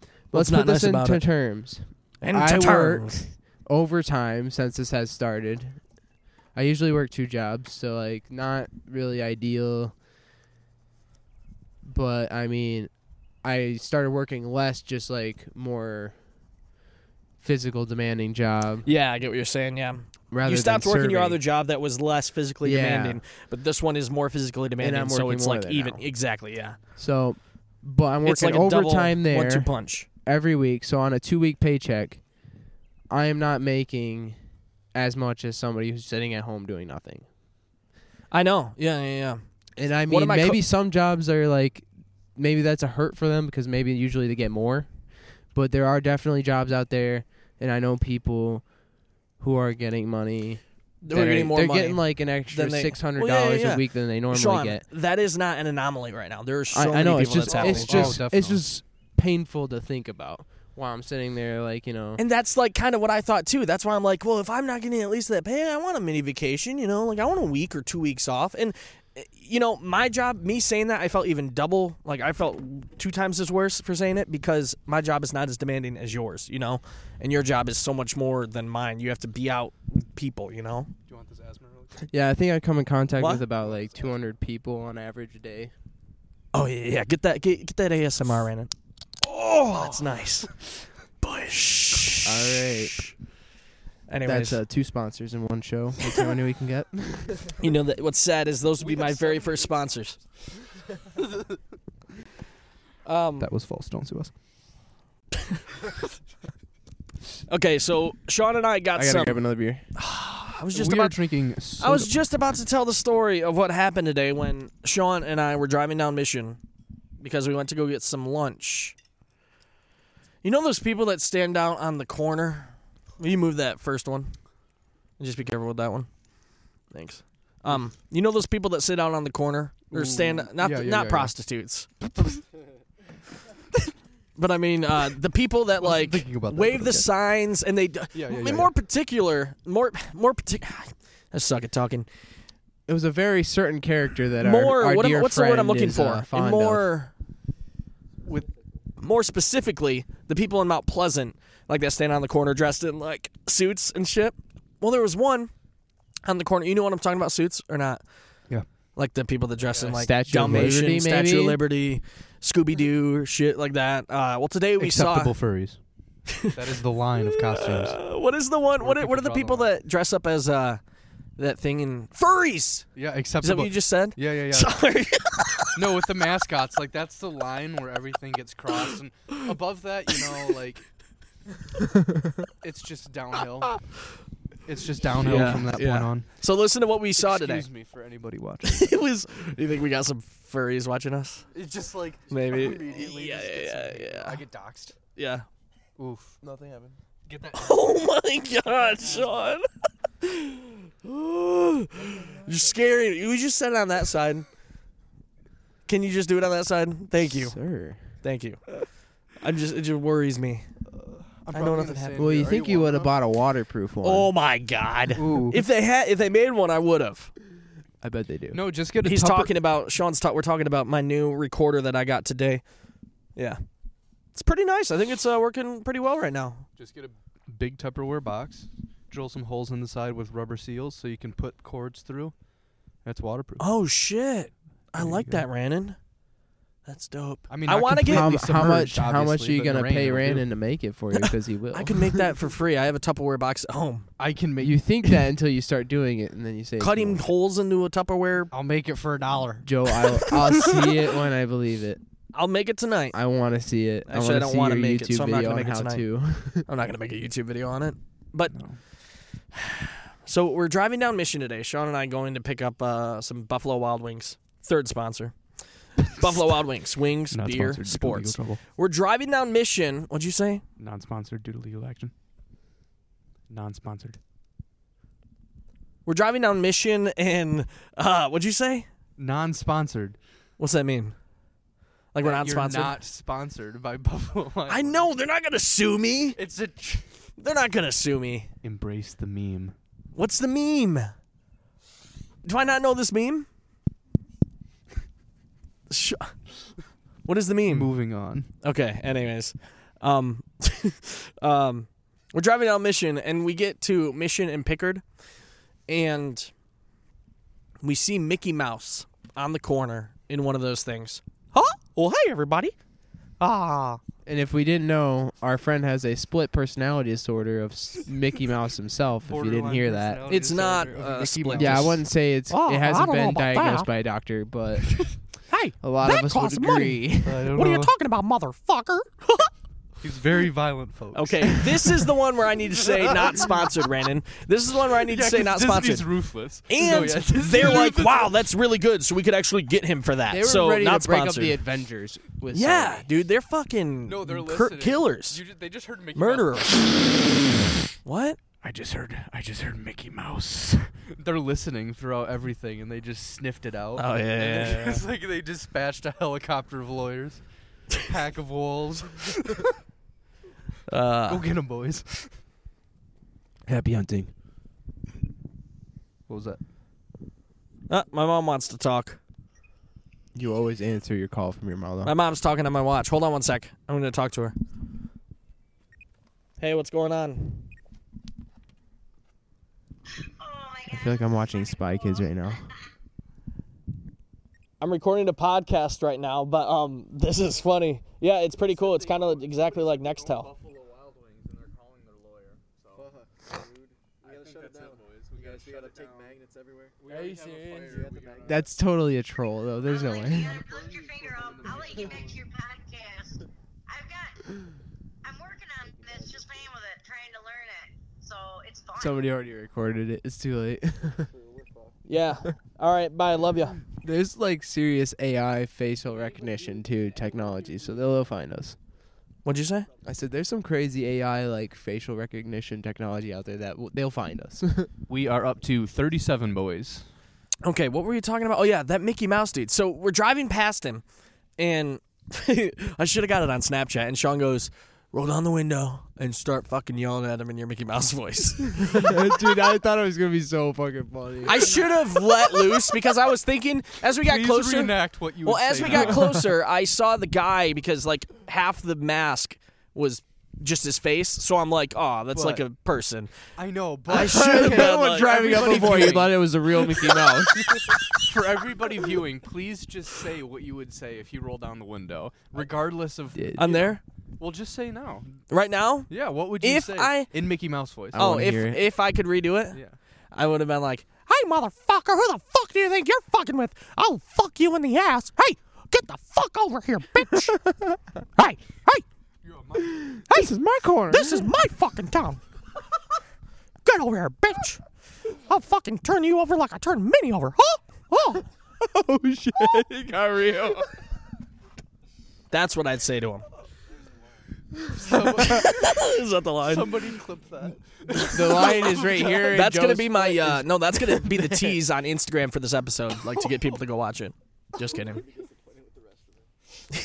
Speaker 2: Let's
Speaker 1: What's not
Speaker 2: put this
Speaker 1: nice about
Speaker 2: into
Speaker 1: it?
Speaker 2: terms.
Speaker 1: And
Speaker 2: I work
Speaker 1: terms.
Speaker 2: overtime since this has started. I usually work two jobs, so like not really ideal. But I mean, I started working less, just like more physical demanding job.
Speaker 1: Yeah, I get what you're saying. Yeah.
Speaker 2: Rather
Speaker 1: you stopped
Speaker 2: than
Speaker 1: working your
Speaker 2: serving.
Speaker 1: other job that was less physically
Speaker 2: Yeah.
Speaker 1: demanding, but this one is more physically demanding.
Speaker 2: I'm
Speaker 1: so
Speaker 2: working
Speaker 1: it's
Speaker 2: more
Speaker 1: like
Speaker 2: there
Speaker 1: even
Speaker 2: now.
Speaker 1: exactly. Yeah.
Speaker 2: So, but I'm
Speaker 1: It's
Speaker 2: working
Speaker 1: like a
Speaker 2: overtime
Speaker 1: double
Speaker 2: there
Speaker 1: one two punch.
Speaker 2: every week. So on a two week paycheck, I am not making as much as somebody who's sitting at home doing nothing.
Speaker 1: I know. Yeah. Yeah. Yeah.
Speaker 2: And I
Speaker 1: One
Speaker 2: mean,
Speaker 1: of my co-
Speaker 2: maybe some jobs are like, maybe that's a hurt for them because maybe usually they get more. But there are definitely jobs out there, and I know people who are getting money.
Speaker 1: They're
Speaker 2: that are-
Speaker 1: getting more
Speaker 2: they're
Speaker 1: money.
Speaker 2: getting like an extra
Speaker 1: than they-
Speaker 2: six hundred dollars
Speaker 1: Well, yeah, yeah, yeah.
Speaker 2: a week than they normally
Speaker 1: Sean,
Speaker 2: get.
Speaker 1: that is not an anomaly right now. There are so
Speaker 2: I, I
Speaker 1: many
Speaker 2: know
Speaker 1: people
Speaker 2: it's just
Speaker 1: that's happening.
Speaker 2: it's
Speaker 3: Oh,
Speaker 2: just it's
Speaker 3: definitely.
Speaker 2: just painful to think about while I'm sitting there like you know
Speaker 1: And that's like kind of what I thought too. That's why I'm like, well, if I'm not getting at least that pay, I want a mini vacation, you know, like I want a week or two weeks off. And eh, you know, my job, me saying that, I felt even double, like I felt two times as worse for saying it because my job is not as demanding as yours, you know, and your job is so much more than mine. You have to be out with people, you know.
Speaker 3: Do you want this asthma really quick?
Speaker 2: yeah I think I come in contact
Speaker 1: What?
Speaker 2: with about like two hundred people on average a day.
Speaker 1: Oh yeah, yeah. Get that, get, get that ASMR in it. Oh, that's nice. Bush.
Speaker 2: All right.
Speaker 1: Anyways,
Speaker 2: That's uh, two sponsors in one show. That's how many we can get.
Speaker 1: you know that what's sad is those would be my very first sponsors. um,
Speaker 2: was false. Don't sue us.
Speaker 1: okay, so Sean and I got
Speaker 2: I gotta
Speaker 1: some.
Speaker 2: grab another beer.
Speaker 1: I was just
Speaker 3: we
Speaker 1: about.
Speaker 3: are drinking.
Speaker 1: I was just about to tell the story of what happened today when Sean and I were driving down Mission because we went to go get some lunch. You know those people that stand out on the corner? Will you move that first one? Just be careful with that one. Thanks. Um, you know those people that sit out on the corner or stand
Speaker 3: Ooh,
Speaker 1: not
Speaker 3: yeah, yeah,
Speaker 1: not
Speaker 3: yeah,
Speaker 1: prostitutes. (laughs) but I mean uh, the people that like
Speaker 3: thinking about that,
Speaker 1: wave
Speaker 3: but
Speaker 1: the
Speaker 3: okay.
Speaker 1: signs and they d-
Speaker 3: Yeah, yeah,
Speaker 1: I
Speaker 3: yeah,
Speaker 1: mean, more particular, more more particular I suck at talking.
Speaker 2: It was a very certain character that
Speaker 1: more
Speaker 2: our, our
Speaker 1: what am-
Speaker 2: dear
Speaker 1: what's the word I'm
Speaker 2: friend
Speaker 1: looking
Speaker 2: is,
Speaker 1: for?
Speaker 2: uh,
Speaker 1: And
Speaker 2: fond of.
Speaker 1: more with more specifically, the people in Mount Pleasant, like that stand on the corner dressed in like suits and shit. Well, there was one on the corner. You know what I'm talking about, suits or not?
Speaker 3: Yeah.
Speaker 1: Like the people that dress in like
Speaker 2: Statue of
Speaker 1: Dalmatian,
Speaker 2: Liberty,
Speaker 1: Statue
Speaker 2: maybe?
Speaker 1: of Liberty, Scooby Doo, shit like that. Uh, well, today we
Speaker 3: Acceptable
Speaker 1: saw.
Speaker 3: furries. that is the line of costumes.
Speaker 1: (laughs) Uh, what is the one? What are,
Speaker 3: people
Speaker 1: what are the
Speaker 3: draw the
Speaker 1: people
Speaker 3: line.
Speaker 1: that dress up as uh, that thing in furries?
Speaker 3: Yeah,
Speaker 1: Is that
Speaker 3: acceptable.
Speaker 1: what you just said?
Speaker 3: yeah, yeah, yeah.
Speaker 1: (laughs) Sorry.
Speaker 3: no, with the mascots, like that's the line where everything gets crossed, and above that, you know, like it's just downhill. It's just downhill
Speaker 1: Yeah,
Speaker 3: from that
Speaker 1: yeah.
Speaker 3: point on.
Speaker 1: so listen to what we saw today.
Speaker 3: Excuse me for anybody watching.
Speaker 1: (laughs) it was. Do you think we got some furries watching us?
Speaker 3: It's just like
Speaker 1: Maybe.
Speaker 3: immediately
Speaker 1: Yeah,
Speaker 3: just gets
Speaker 1: yeah,
Speaker 3: me.
Speaker 1: yeah.
Speaker 3: I get doxxed.
Speaker 1: Yeah.
Speaker 3: Oof. Nothing happened. Get that.
Speaker 1: (laughs) Oh my God, Sean. (sighs) You're scaring. You just said it on that side. Can you just do it on that side? Thank you.
Speaker 2: Sir.
Speaker 1: Thank you. I'm just. It just worries me.
Speaker 3: I'm
Speaker 1: I know
Speaker 3: probably
Speaker 1: nothing
Speaker 3: gonna say
Speaker 1: happened.
Speaker 2: Well,
Speaker 3: it,
Speaker 2: you
Speaker 3: "Are
Speaker 2: think you
Speaker 3: warm
Speaker 2: would have
Speaker 3: enough?"
Speaker 2: bought a waterproof one.
Speaker 1: Oh my God.
Speaker 3: Ooh.
Speaker 1: If they had, if they made one, I would have.
Speaker 2: I bet they do.
Speaker 3: no, just get a.
Speaker 1: He's
Speaker 3: Tupper-
Speaker 1: talking about Sean's. Ta- we're talking about my new recorder that I got today. Yeah, it's pretty nice. I think it's uh, working pretty well right now.
Speaker 3: Just get a big Tupperware box, drill some holes in the side with rubber seals so you can put cords through. That's waterproof.
Speaker 1: Oh shit! I
Speaker 3: There you
Speaker 1: like
Speaker 3: go.
Speaker 1: that, Rannon. That's dope.
Speaker 3: I mean,
Speaker 1: I
Speaker 3: not
Speaker 1: wanna get-
Speaker 2: how,
Speaker 3: completely
Speaker 2: how much?
Speaker 3: submerged,
Speaker 2: How much are
Speaker 3: obviously,
Speaker 2: you
Speaker 3: but
Speaker 2: gonna
Speaker 3: rain
Speaker 2: pay
Speaker 3: will do.
Speaker 2: Randon to make it for you? Because
Speaker 1: (laughs)
Speaker 2: he will.
Speaker 1: I could make that for free. I have a Tupperware box at home.
Speaker 3: I can make
Speaker 2: You think that until you start doing it, and then you say,
Speaker 1: Cutting holes into a Tupperware.
Speaker 3: I'll make it for a dollar.
Speaker 2: Joe, I'll,
Speaker 1: (laughs)
Speaker 2: I'll see it when I believe it.
Speaker 1: I'll make it tonight.
Speaker 2: I want to see it.
Speaker 1: Actually, I
Speaker 2: I,
Speaker 1: don't
Speaker 2: want
Speaker 1: wanna
Speaker 2: to
Speaker 1: make it, so I'm not
Speaker 2: video
Speaker 1: gonna
Speaker 2: on how
Speaker 1: make it
Speaker 2: to. (laughs)
Speaker 1: I'm not gonna make a YouTube video on it, but. (sighs) So we're driving down Mission today. Sean and I going to pick up uh, some Buffalo Wild Wings. Third (laughs) sponsor. Buffalo Wild Wings, wings, beer, sports. We're driving down Mission. What'd you say?
Speaker 3: Non-sponsored due to legal action. Non-sponsored.
Speaker 1: We're driving down Mission, and uh, what'd you say?
Speaker 3: Non-sponsored.
Speaker 1: What's that mean? Like we're
Speaker 3: That
Speaker 1: not
Speaker 3: You're
Speaker 1: sponsored.
Speaker 3: not sponsored by (laughs) Buffalo Wild
Speaker 1: I
Speaker 3: Wings.
Speaker 1: know they're not gonna sue me.
Speaker 3: It's a. Tr-
Speaker 1: They're not gonna sue me.
Speaker 3: Embrace the meme.
Speaker 1: What's the meme? Do I not know this meme? Sh- What is the meme?
Speaker 3: Moving on.
Speaker 1: Okay. Anyways, um, (laughs) um, we're driving down Mission, and we get to Mission and Pickard, and we see Mickey Mouse on the corner in one of those things. Huh? Well, hi everybody. Ah.
Speaker 2: And if we didn't know, our friend has a split personality disorder of s- Mickey Mouse himself. if you didn't
Speaker 3: Borderline
Speaker 2: hear that,
Speaker 3: personality
Speaker 1: It's not,
Speaker 3: disorder of
Speaker 1: uh,
Speaker 3: Mickey
Speaker 1: split.
Speaker 3: Mouse.
Speaker 2: yeah, I
Speaker 1: Just-
Speaker 2: wouldn't say it's.
Speaker 1: Oh,
Speaker 2: it
Speaker 1: I
Speaker 2: hasn't
Speaker 1: don't know
Speaker 2: been
Speaker 1: about
Speaker 2: diagnosed
Speaker 1: that.
Speaker 2: by a doctor, but
Speaker 1: Hey.
Speaker 2: a lot
Speaker 1: That
Speaker 2: of us would
Speaker 1: costs money. (laughs)
Speaker 2: agree.
Speaker 3: I don't
Speaker 1: What are you
Speaker 3: know.
Speaker 1: talking about, motherfucker?
Speaker 3: He's very violent, folks.
Speaker 1: Okay,
Speaker 3: (laughs)
Speaker 1: this is the one where I need to say not sponsored, Brandon. This is the one where I need to say not
Speaker 3: Disney's (laughs)
Speaker 1: sponsored.
Speaker 3: ruthless.
Speaker 1: And
Speaker 3: (laughs) No, yeah, Disney's
Speaker 1: they're like,
Speaker 3: ruthless.
Speaker 1: wow, that's really good. So we could actually get him for that.
Speaker 2: They were
Speaker 1: so
Speaker 2: ready
Speaker 1: not
Speaker 2: to break
Speaker 1: sponsored.
Speaker 2: up the Avengers with
Speaker 1: yeah,
Speaker 2: Sony.
Speaker 1: dude, they're fucking
Speaker 3: No,
Speaker 1: cur-
Speaker 3: they're listening.
Speaker 1: killers,
Speaker 3: You ju- they just heard Mickey
Speaker 1: murderers. what?
Speaker 3: I just heard. I just heard Mickey Mouse. (laughs) They're listening throughout everything, and they just sniffed it out.
Speaker 1: Oh, yeah, yeah,
Speaker 3: And then
Speaker 1: yeah,
Speaker 3: It's (laughs) like they dispatched a helicopter of lawyers, pack
Speaker 1: (laughs)
Speaker 3: of wolves. Go
Speaker 1: Uh,
Speaker 3: get 'em, boys.
Speaker 2: Happy hunting.
Speaker 3: What was that?
Speaker 1: uh, my mom wants to talk.
Speaker 2: You always answer your call from your mother.
Speaker 1: My mom's talking on my watch. Hold on one sec. I'm going to talk to her. Hey, what's going on?
Speaker 5: Oh my
Speaker 2: I feel like I'm watching Spy Kids right now.
Speaker 1: I'm recording a podcast right now, but um, (laughs) this is funny. Yeah, it's pretty cool. It's kind of exactly like Nextel.
Speaker 4: Buffalo Wild Wings, and they're calling their lawyer. So, dude, we gotta shut it down, boys. We gotta, we gotta take magnets everywhere. Are you serious?
Speaker 2: That's totally a troll, though. There's no
Speaker 5: Oh my
Speaker 2: way.
Speaker 5: God, poke your finger up. I'll let you get back to your podcast. I've got, I'm working on this, just playing with it, trying to learn it. So it's fun.
Speaker 2: Somebody already recorded it. It's too late. (laughs)
Speaker 1: (laughs) Yeah. All right. Bye. Love you.
Speaker 2: There's like serious AI facial recognition too technology, so they'll find us.
Speaker 1: What'd you say?
Speaker 2: I said there's some crazy AI like facial (laughs) recognition technology out there that w- they'll find us.
Speaker 3: We are up to thirty-seven boys.
Speaker 1: Okay, what were you talking about? Oh yeah, that Mickey Mouse dude. So we're driving past him, and (laughs) I should have got it on Snapchat. And Sean goes, "Roll down the window and start fucking yelling at him in your Mickey Mouse (laughs) voice."
Speaker 2: Dude, I thought it was gonna be so fucking funny.
Speaker 1: I should have let loose because I was thinking as we got
Speaker 3: Please
Speaker 1: closer.
Speaker 3: reenact what you.
Speaker 1: well,
Speaker 3: would
Speaker 1: as
Speaker 3: say
Speaker 1: we
Speaker 3: now. (laughs)
Speaker 1: got closer, I saw the guy because like half the mask was just his face. So I'm like, "Oh, that's like a
Speaker 3: (laughs)
Speaker 1: person."
Speaker 3: I know, but (laughs)
Speaker 1: I should have been
Speaker 2: Everyone
Speaker 1: like,
Speaker 2: driving up
Speaker 1: everybody
Speaker 2: before you
Speaker 1: viewing.
Speaker 2: thought it was a real Mickey Mouse.
Speaker 1: (laughs)
Speaker 3: (laughs) for everybody viewing, please just say what you would say if you roll down the window, regardless of.
Speaker 2: Did.
Speaker 1: I'm there
Speaker 3: Well, just say now.
Speaker 1: right now.
Speaker 3: Yeah, what would you
Speaker 1: If
Speaker 3: say
Speaker 1: I-
Speaker 3: in Mickey Mouse voice?
Speaker 2: I
Speaker 1: Oh,
Speaker 2: wanna
Speaker 1: if
Speaker 2: hear it.
Speaker 1: if I could redo it,
Speaker 3: yeah.
Speaker 1: I would have been like, "Hey, motherfucker, who the fuck do you think you're fucking with? I'll fuck you in the ass. Hey, get the fuck over here, bitch. (laughs) hey, hey,
Speaker 2: this is my corner. (laughs)
Speaker 1: this is my fucking town. Get over here, bitch. I'll fucking turn you over like I turn Minnie over, huh? Oh.
Speaker 2: oh shit, it
Speaker 1: (laughs)
Speaker 2: got real.
Speaker 1: That's what I'd say (laughs) to him. (laughs)
Speaker 3: Somebody,
Speaker 1: Is that the line?
Speaker 3: somebody clip (laughs) that.
Speaker 2: The line is right here. in
Speaker 1: that's gonna
Speaker 2: Joe's
Speaker 1: be my uh, no. That's gonna be (laughs) the tease on Instagram for this episode, like to get people to go watch it. Just kidding.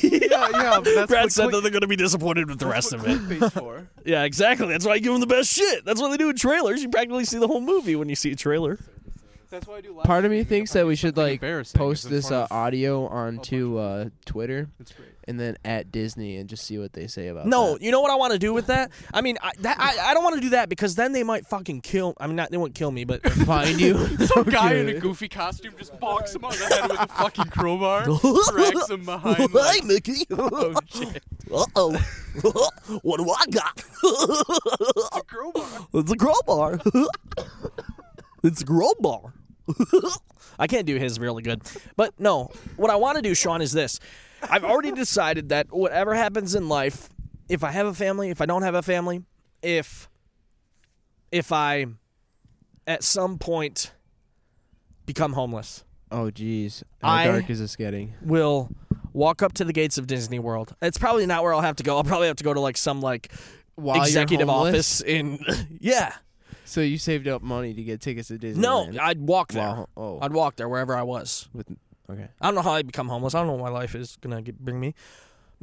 Speaker 3: Yeah, yeah. But that's
Speaker 1: Brad
Speaker 3: what
Speaker 1: said
Speaker 3: click-
Speaker 1: that they're gonna be disappointed with the
Speaker 3: that's
Speaker 1: rest
Speaker 3: what
Speaker 1: of it.
Speaker 3: clickbait's for.
Speaker 1: Yeah, exactly. That's why I give them the best shit. That's what they do in trailers. You practically see the whole movie when you see a trailer.
Speaker 3: (laughs) That's why I do. live
Speaker 2: Part of
Speaker 3: streaming
Speaker 2: me
Speaker 3: if
Speaker 2: thinks
Speaker 3: I
Speaker 2: that
Speaker 3: do
Speaker 2: we should
Speaker 3: something
Speaker 2: like
Speaker 3: embarrassing,
Speaker 2: post
Speaker 3: it's in
Speaker 2: this uh,
Speaker 3: front of-
Speaker 2: audio onto uh, Twitter
Speaker 3: It's great.
Speaker 2: and then at Disney and just see what they say about.
Speaker 1: No,
Speaker 2: that.
Speaker 1: you know what I want to do with that? I mean, I, that, I, I don't want to do that because then they might fucking kill. I mean, not they won't kill me, (laughs) but
Speaker 2: find you.
Speaker 3: Some guy in a goofy costume just bonks him on the head
Speaker 1: (laughs)
Speaker 3: with a fucking crowbar, drags him (laughs) behind.
Speaker 1: Hey,
Speaker 3: Like,
Speaker 1: Mickey.
Speaker 3: oh
Speaker 1: (laughs)
Speaker 3: shit!
Speaker 1: Uh oh. (laughs) what do I got? (laughs)
Speaker 3: A crowbar.
Speaker 1: it's a crowbar. (laughs) it's a crowbar. (laughs) I can't do his really good. But no, what I want to do, Sean, is this. I've already decided that whatever happens in life, if I have a family, if I don't have a family, if if I at some point become homeless,
Speaker 2: Oh jeez, how
Speaker 1: I-
Speaker 2: dark is this getting?
Speaker 1: will walk up to the gates of Disney World. It's probably not where I'll have to go. I'll probably have to go to like some like
Speaker 2: While you're
Speaker 1: executive office
Speaker 2: homeless?
Speaker 1: in (laughs) yeah.
Speaker 2: So you saved up money to get tickets to Disney?
Speaker 1: No, I'd walk there.
Speaker 2: Wow. Oh.
Speaker 1: I'd walk there wherever I was.
Speaker 2: With, okay.
Speaker 1: I don't know how I become homeless. I don't know what my life is gonna get, bring me.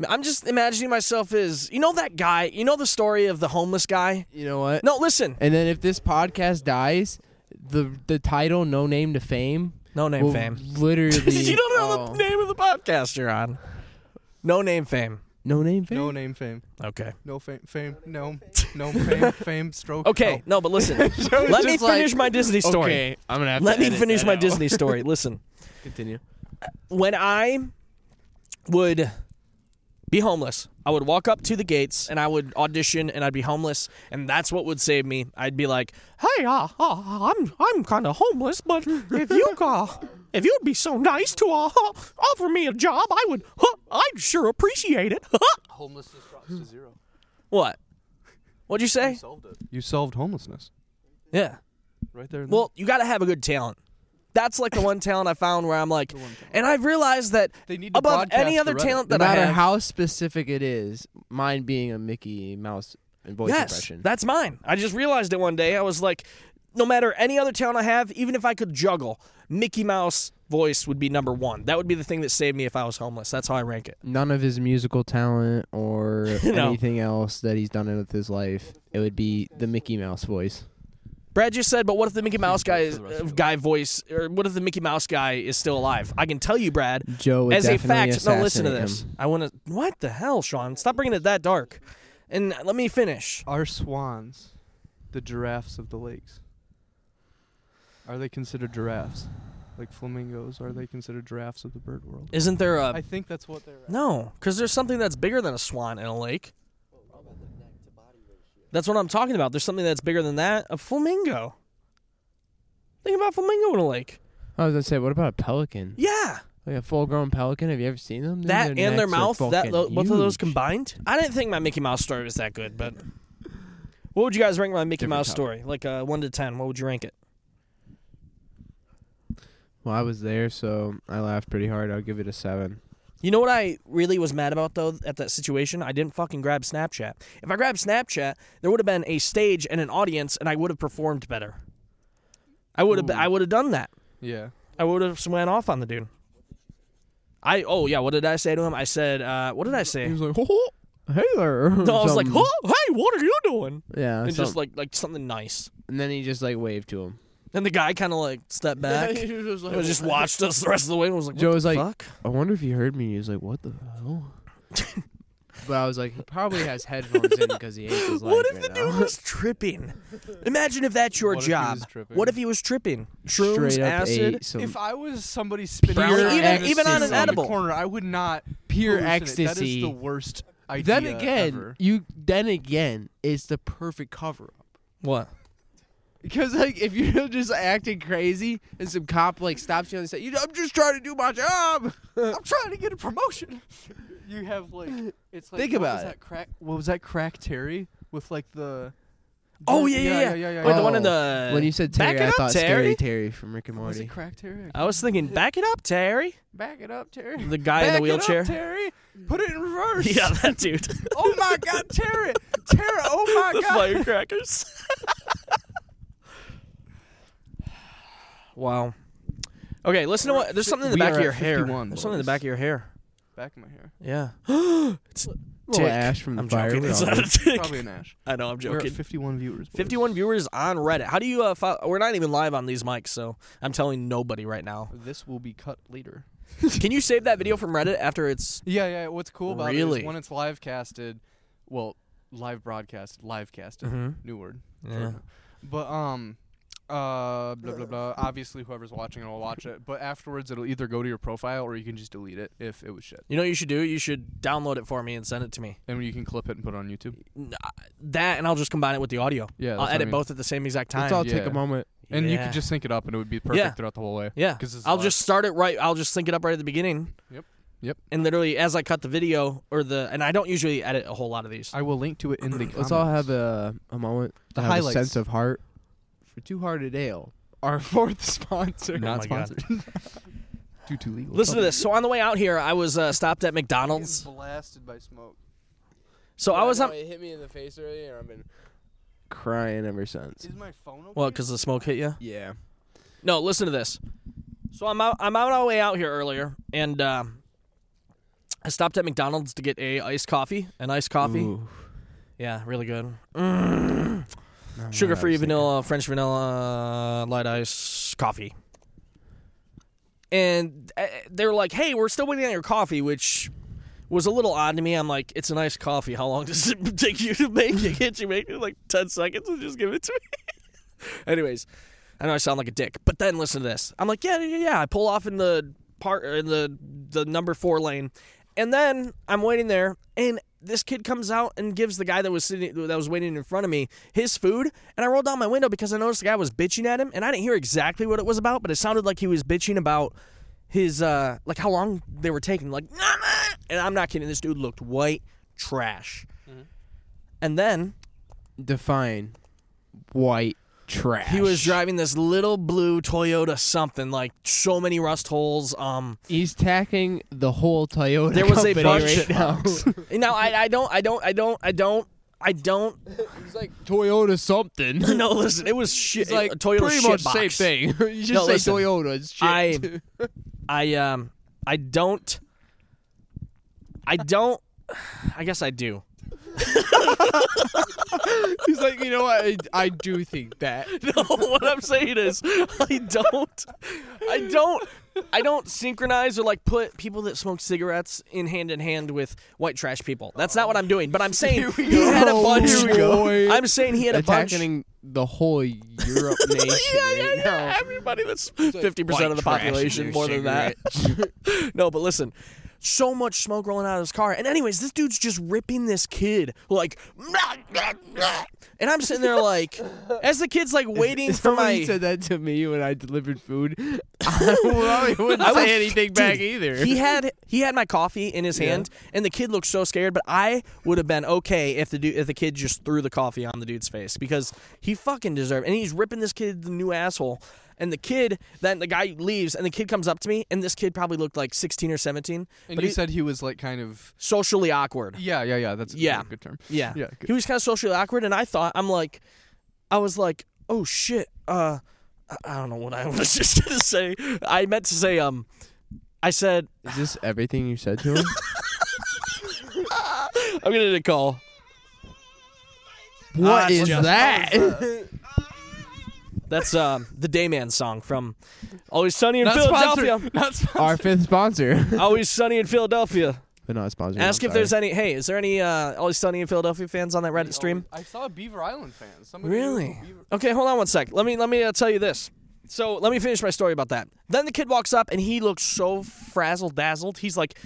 Speaker 1: I'm just imagining myself as you know that guy. You know the story of the homeless guy.
Speaker 2: You know what?
Speaker 1: No, listen.
Speaker 2: And then if this podcast dies, the the title "No Name to Fame"
Speaker 1: No name (laughs)
Speaker 2: will
Speaker 1: fame.
Speaker 2: literally.
Speaker 1: you don't know
Speaker 2: oh.
Speaker 1: the name of the podcast you're on. No name fame.
Speaker 2: No name fame.
Speaker 3: No name, fame.
Speaker 1: Okay.
Speaker 3: No fame, fame, no,
Speaker 1: (laughs)
Speaker 3: no fame, fame, stroke.
Speaker 1: Okay. No, but
Speaker 2: (laughs)
Speaker 1: listen. Let me
Speaker 2: just like,
Speaker 1: finish my Disney story.
Speaker 2: Okay, I'm gonna have
Speaker 1: Let
Speaker 2: to
Speaker 1: me
Speaker 2: edit
Speaker 1: finish
Speaker 2: that
Speaker 1: my
Speaker 2: out. (laughs)
Speaker 1: Disney story. Listen.
Speaker 2: Continue.
Speaker 1: when I would be homeless, I would walk up to the gates and I would audition and I'd be homeless and that's what would save me. I'd be like, "Hey, uh, uh, I'm I'm kind of homeless, but if
Speaker 3: (laughs)
Speaker 1: you uh, if you'd be so nice to uh, uh, offer me a job, I would huh, I'd sure appreciate it." (laughs)
Speaker 3: Homelessness drops to zero.
Speaker 1: what? What'd you say?
Speaker 3: Solved it. You solved homelessness
Speaker 1: Yeah.
Speaker 3: right there. and
Speaker 1: Well, you got to have a good talent. That's like the one talent I found where I'm like, and I've realized that
Speaker 3: They need to
Speaker 1: above any
Speaker 3: broadcast
Speaker 1: other
Speaker 3: to Reddit.
Speaker 1: talent
Speaker 2: No
Speaker 1: that I
Speaker 2: matter
Speaker 1: have,
Speaker 2: how specific it is, mine being a Mickey Mouse and voice
Speaker 1: yes,
Speaker 2: impression.
Speaker 1: that's mine. I just realized it one day. I was like, no matter any other talent I have, even if I could juggle, Mickey Mouse voice would be number one. That would be the thing that saved me if I was homeless. That's how I rank it.
Speaker 2: None of his musical talent or
Speaker 1: (laughs) No.
Speaker 2: anything else that he's done with his life. It would be the Mickey Mouse voice.
Speaker 1: Brad just said, but what if the Mickey Mouse guy is, uh, guy voice, or what if the Mickey Mouse guy is still alive? I can tell you, Brad,
Speaker 2: Joe would
Speaker 1: as a
Speaker 2: definitely
Speaker 1: fact. No, listen to
Speaker 2: assassinate
Speaker 1: this. I want to. What the hell, Sean? Stop bringing it that dark. And let me finish.
Speaker 3: Are swans the giraffes of the lakes? Are they considered giraffes? Like flamingos, are they considered giraffes of the bird world?
Speaker 1: Isn't there
Speaker 3: I
Speaker 1: a
Speaker 3: think that's what they're. At.
Speaker 1: no? Because there's something that's bigger than a swan in a lake. That's what I'm talking about. There's something that's bigger than that. A flamingo. Think about flamingo in a lake.
Speaker 2: I was gonna say, what about a pelican?
Speaker 1: Yeah,
Speaker 2: Like a full-grown pelican? Have you ever seen them? Dude,
Speaker 1: that and their
Speaker 2: necks are
Speaker 1: mouth. That
Speaker 2: fucking
Speaker 1: tho- both of those
Speaker 2: huge.
Speaker 1: combined. I didn't think my Mickey Mouse story was that good, but what would you guys rank my Mickey
Speaker 2: Different
Speaker 1: Mouse
Speaker 2: topic.
Speaker 1: story? Like uh, one to ten, what would you rank it?
Speaker 2: Well, I was there, so I laughed pretty hard. I'll give it a seven.
Speaker 1: You know what I really was mad about though at that situation? I didn't fucking grab Snapchat. If I grabbed Snapchat, there would have been a stage and an audience, and I would have performed better. I would have.
Speaker 3: Ooh.
Speaker 1: I would have done that.
Speaker 3: Yeah.
Speaker 1: I would have went off on the dude. I oh yeah, what did I say to him? I said, uh, what did I say?
Speaker 2: He was like, oh, (laughs) hey there.
Speaker 1: (laughs)
Speaker 2: or
Speaker 1: No, I was like,
Speaker 2: something.
Speaker 1: oh, hey, what are you doing?
Speaker 2: Yeah.
Speaker 1: And just
Speaker 2: something.
Speaker 1: like like something nice.
Speaker 2: and then he just like waved to him.
Speaker 1: And the guy kind of like stepped back.
Speaker 2: (laughs) He
Speaker 1: (laughs)
Speaker 2: was
Speaker 1: and just watched us the rest of the way and was like, what
Speaker 2: Joe
Speaker 1: the
Speaker 2: was like-
Speaker 1: fuck?
Speaker 2: I wonder if he heard me. He was like, what the
Speaker 1: (laughs)
Speaker 2: hell? but I was like, he probably has headphones in because he hates his life.
Speaker 1: (laughs) What if the
Speaker 2: right now.
Speaker 1: dude was (laughs) tripping? Imagine if that's your
Speaker 3: What if he
Speaker 1: job.
Speaker 3: was tripping?
Speaker 1: what if he was tripping? Shrooms,
Speaker 2: (laughs) Straight up
Speaker 1: acid.
Speaker 2: ate some
Speaker 3: If I was somebody spitting
Speaker 2: Brown
Speaker 3: out
Speaker 2: Even-
Speaker 3: ecstasy
Speaker 2: even on an
Speaker 3: in the
Speaker 1: edible.
Speaker 3: corner, I would not
Speaker 2: pure
Speaker 3: hallucinate. That is
Speaker 2: ecstasy.
Speaker 3: the worst idea
Speaker 2: then again,
Speaker 3: ever.
Speaker 2: you then again it's the perfect cover (laughs) up.
Speaker 1: What?
Speaker 2: Because like if you're just acting crazy and some cop like stops you and says, "You, I'm just trying to do my job." (laughs)
Speaker 3: I'm trying to get a promotion. You have like it's like
Speaker 2: Think
Speaker 3: what
Speaker 2: about
Speaker 3: was
Speaker 2: it.
Speaker 3: that crack what was that crack Terry with like the
Speaker 1: Oh yeah, yeah, yeah.
Speaker 3: yeah, yeah, yeah,
Speaker 1: Wait, the
Speaker 2: yeah. Oh.
Speaker 1: one in the
Speaker 2: when you said
Speaker 1: back
Speaker 2: Terry,
Speaker 1: it
Speaker 2: I
Speaker 1: up,
Speaker 2: thought
Speaker 1: Terry.
Speaker 2: scary Terry from Rick and
Speaker 3: was
Speaker 2: Morty.
Speaker 3: it crack Terry?
Speaker 1: I was thinking, back it up, Terry.
Speaker 3: Back it up, Terry.
Speaker 1: The guy in the
Speaker 3: Back it up,
Speaker 1: wheelchair.
Speaker 3: Terry. Put it in
Speaker 1: (laughs)
Speaker 3: reverse.
Speaker 1: yeah, that dude.
Speaker 3: Oh my god, Terry.
Speaker 1: (laughs)
Speaker 3: Terry, oh my
Speaker 1: the
Speaker 3: god.
Speaker 1: firecrackers. (laughs) wow. Okay, listen to what. There's something in the
Speaker 3: We
Speaker 1: back
Speaker 3: are
Speaker 1: of your
Speaker 3: at
Speaker 1: hair.
Speaker 3: 51,
Speaker 1: There's something in the
Speaker 3: boys.
Speaker 1: back of your hair.
Speaker 3: Back in my hair.
Speaker 1: Yeah. (gasps) it's a
Speaker 2: Little
Speaker 1: tick.
Speaker 2: ash from the
Speaker 1: I'm (laughs)
Speaker 2: fire.
Speaker 1: joking.
Speaker 2: we
Speaker 1: It's
Speaker 2: all
Speaker 1: not
Speaker 2: know.
Speaker 1: a tick.
Speaker 3: Probably an ash.
Speaker 1: I know. I'm
Speaker 3: We're at
Speaker 1: joking.
Speaker 3: 51 viewers. boys.
Speaker 1: 51 viewers on Reddit. How do you uh fo- we're not even live on these mics, so I'm telling nobody right
Speaker 3: (laughs)
Speaker 1: now.
Speaker 3: This will be cut later.
Speaker 1: Can you save that video from Reddit after it's
Speaker 3: Yeah, yeah. What's cool about it
Speaker 1: Really?
Speaker 3: is when it's live casted, well, live broadcast, live casted, new word.
Speaker 1: Mm-hmm. Yeah.
Speaker 3: But um, uh, blah blah blah. Obviously, whoever's watching it will watch it. But afterwards, it'll either go to your profile or you can just delete it if it was shit,
Speaker 1: You know what you should do? You should download it for me and send it to me.
Speaker 3: and you can clip it and put it on YouTube.
Speaker 1: N- uh, That and I'll just combine it with the audio.
Speaker 3: Yeah, that's
Speaker 1: I'll
Speaker 3: what I
Speaker 1: edit
Speaker 3: mean.
Speaker 1: both at the same exact time.
Speaker 2: Let's all take
Speaker 3: Yeah.
Speaker 2: a moment.
Speaker 3: And you
Speaker 1: Yeah.
Speaker 3: could just sync it up, and it would be perfect
Speaker 1: Yeah.
Speaker 3: throughout the whole way.
Speaker 1: Yeah.
Speaker 3: 'Cause it's
Speaker 1: I'll
Speaker 3: live.
Speaker 1: just start it right. I'll just sync it up right at the beginning.
Speaker 3: Yep. Yep.
Speaker 1: And literally as I cut the video or the and I don't usually edit a whole lot of these.
Speaker 3: I will link to it in the.
Speaker 2: (clears throat) Let's all
Speaker 3: comments.
Speaker 2: have a a moment.
Speaker 3: The
Speaker 2: to have a
Speaker 3: highlights.
Speaker 2: sense of heart for Too Hearted Ale, our (laughs) fourth sponsor.
Speaker 1: Oh
Speaker 3: not
Speaker 1: my God.
Speaker 3: sponsored.
Speaker 1: (laughs)
Speaker 2: (laughs)
Speaker 3: Due to legal.
Speaker 1: Listen to this. So on the way out here, I was uh, stopped at
Speaker 3: (laughs)
Speaker 1: McDonald's.
Speaker 3: Blasted by smoke.
Speaker 1: So I was on
Speaker 2: It hit me in the face earlier, and I've been crying ever since.
Speaker 3: Is my phone okay?
Speaker 1: What, cuz the smoke hit you?
Speaker 2: Yeah.
Speaker 1: No, listen to this. So I'm out, I'm on my way out here earlier, and um, I stopped at McDonald's to get a iced coffee. An iced coffee, yeah, really good. Sugar free vanilla, French vanilla, light ice coffee. And uh, they're like, "Hey, we're still waiting on your coffee," which was a little odd to me. I'm like, "It's an iced coffee. How long does it (laughs) take you to make it? Can't you make it in, like ten seconds and just give it to me?" (laughs) Anyways, I know I sound like a dick, but then listen to this. I'm like, yeah, yeah, yeah. I pull off in the part in the the number four lane, and then I'm waiting there, and this kid comes out and gives the guy that was sitting that was waiting in front of me his food, and I rolled down my window because I noticed the guy was bitching at him, and I didn't hear exactly what it was about, but it sounded like he was bitching about his uh like how long they were taking, like, "Nah, man," and I'm not kidding. This dude looked white trash, and then
Speaker 2: Define white trash.
Speaker 1: He was driving this little blue Toyota something, like so many rust holes. Um,
Speaker 2: He's tacking the whole Toyota.
Speaker 1: there was a
Speaker 2: company
Speaker 1: bunch. (laughs)
Speaker 2: right now.
Speaker 1: no, I, I don't, I don't, I don't, I don't, I
Speaker 2: (laughs)
Speaker 1: don't.
Speaker 2: He's like (laughs) Toyota
Speaker 1: (laughs)
Speaker 2: something.
Speaker 1: No, listen, it was shit.
Speaker 2: It's like
Speaker 1: a Toyota
Speaker 2: pretty
Speaker 1: shit
Speaker 2: much
Speaker 1: box.
Speaker 2: same thing. (laughs) you just
Speaker 1: No,
Speaker 2: say
Speaker 1: listen.
Speaker 2: Toyota. It's shit.
Speaker 1: I- (laughs) I um, I don't. I don't. (sighs) I guess I do.
Speaker 2: He's like, you know what? I, I do think that.
Speaker 1: No, what I'm saying is, I don't, I don't, I don't synchronize or like put people that smoke cigarettes in hand in hand with white trash people. That's not what I'm doing. But I'm saying (laughs) he
Speaker 2: go.
Speaker 1: had a bunch.
Speaker 2: Oh, Here we
Speaker 1: (laughs)
Speaker 2: go.
Speaker 1: I'm saying he had a bunch.
Speaker 2: Attacking the whole Europe nation
Speaker 1: (laughs) yeah, yeah,
Speaker 2: right
Speaker 1: yeah.
Speaker 2: now.
Speaker 1: Everybody that's fifty percent of the
Speaker 2: white trash
Speaker 1: population,
Speaker 2: and
Speaker 1: more
Speaker 2: their
Speaker 1: than that. (laughs) no, but listen, so much smoke rolling out of his car, and anyways, this dude's just ripping this kid like, (laughs) and I'm sitting there like, as the kid's like waiting for
Speaker 2: Somebody
Speaker 1: my.
Speaker 2: said that to me when I delivered food. (laughs) I probably wouldn't
Speaker 1: (laughs) I
Speaker 2: say
Speaker 1: would-
Speaker 2: anything
Speaker 1: dude,
Speaker 2: back either.
Speaker 1: He had he had my coffee in his hand, and the kid looked so scared. But I would have been okay if the dude if the kid just threw the coffee on the dude's face because he fucking deserved. And he's ripping this kid the new asshole. And the kid then the guy leaves, and the kid comes up to me, and this kid probably looked like sixteen or seventeen,
Speaker 3: And
Speaker 1: but
Speaker 3: you
Speaker 1: he-
Speaker 3: said he was like kind of.
Speaker 1: socially awkward.
Speaker 3: Yeah, yeah, yeah. That's a
Speaker 1: Yeah.
Speaker 3: good term.
Speaker 1: Yeah.
Speaker 3: Yeah, good.
Speaker 1: He was kind of socially awkward, and I thought, I'm like, I was like, oh shit, uh, I- I don't know what I (laughs) was just gonna say. I meant to say um, I said
Speaker 2: Is this everything you said to him?
Speaker 1: I'm gonna need a call.
Speaker 2: (laughs)
Speaker 1: Ah,
Speaker 2: What is
Speaker 1: Justin.
Speaker 2: that?
Speaker 1: That's um the Dayman song from Always Sunny in
Speaker 3: Not
Speaker 1: Philadelphia.
Speaker 3: sponsored. Not sponsored.
Speaker 2: Our fifth sponsor,
Speaker 1: Always Sunny in Philadelphia.
Speaker 2: (laughs) but not sponsored.
Speaker 1: Ask
Speaker 2: I'm
Speaker 1: if there's
Speaker 2: sorry.
Speaker 1: any. Hey, is there any uh, Always Sunny in Philadelphia fans on that Reddit stream?
Speaker 3: Oh, I saw a Beaver Island fan. Somebody who-
Speaker 1: Really?
Speaker 3: Beaver-
Speaker 1: Okay, hold on one sec. Let me let me uh, tell you this. So let me finish my story about that. Then the kid walks up and he looks so frazzled dazzled. He's like,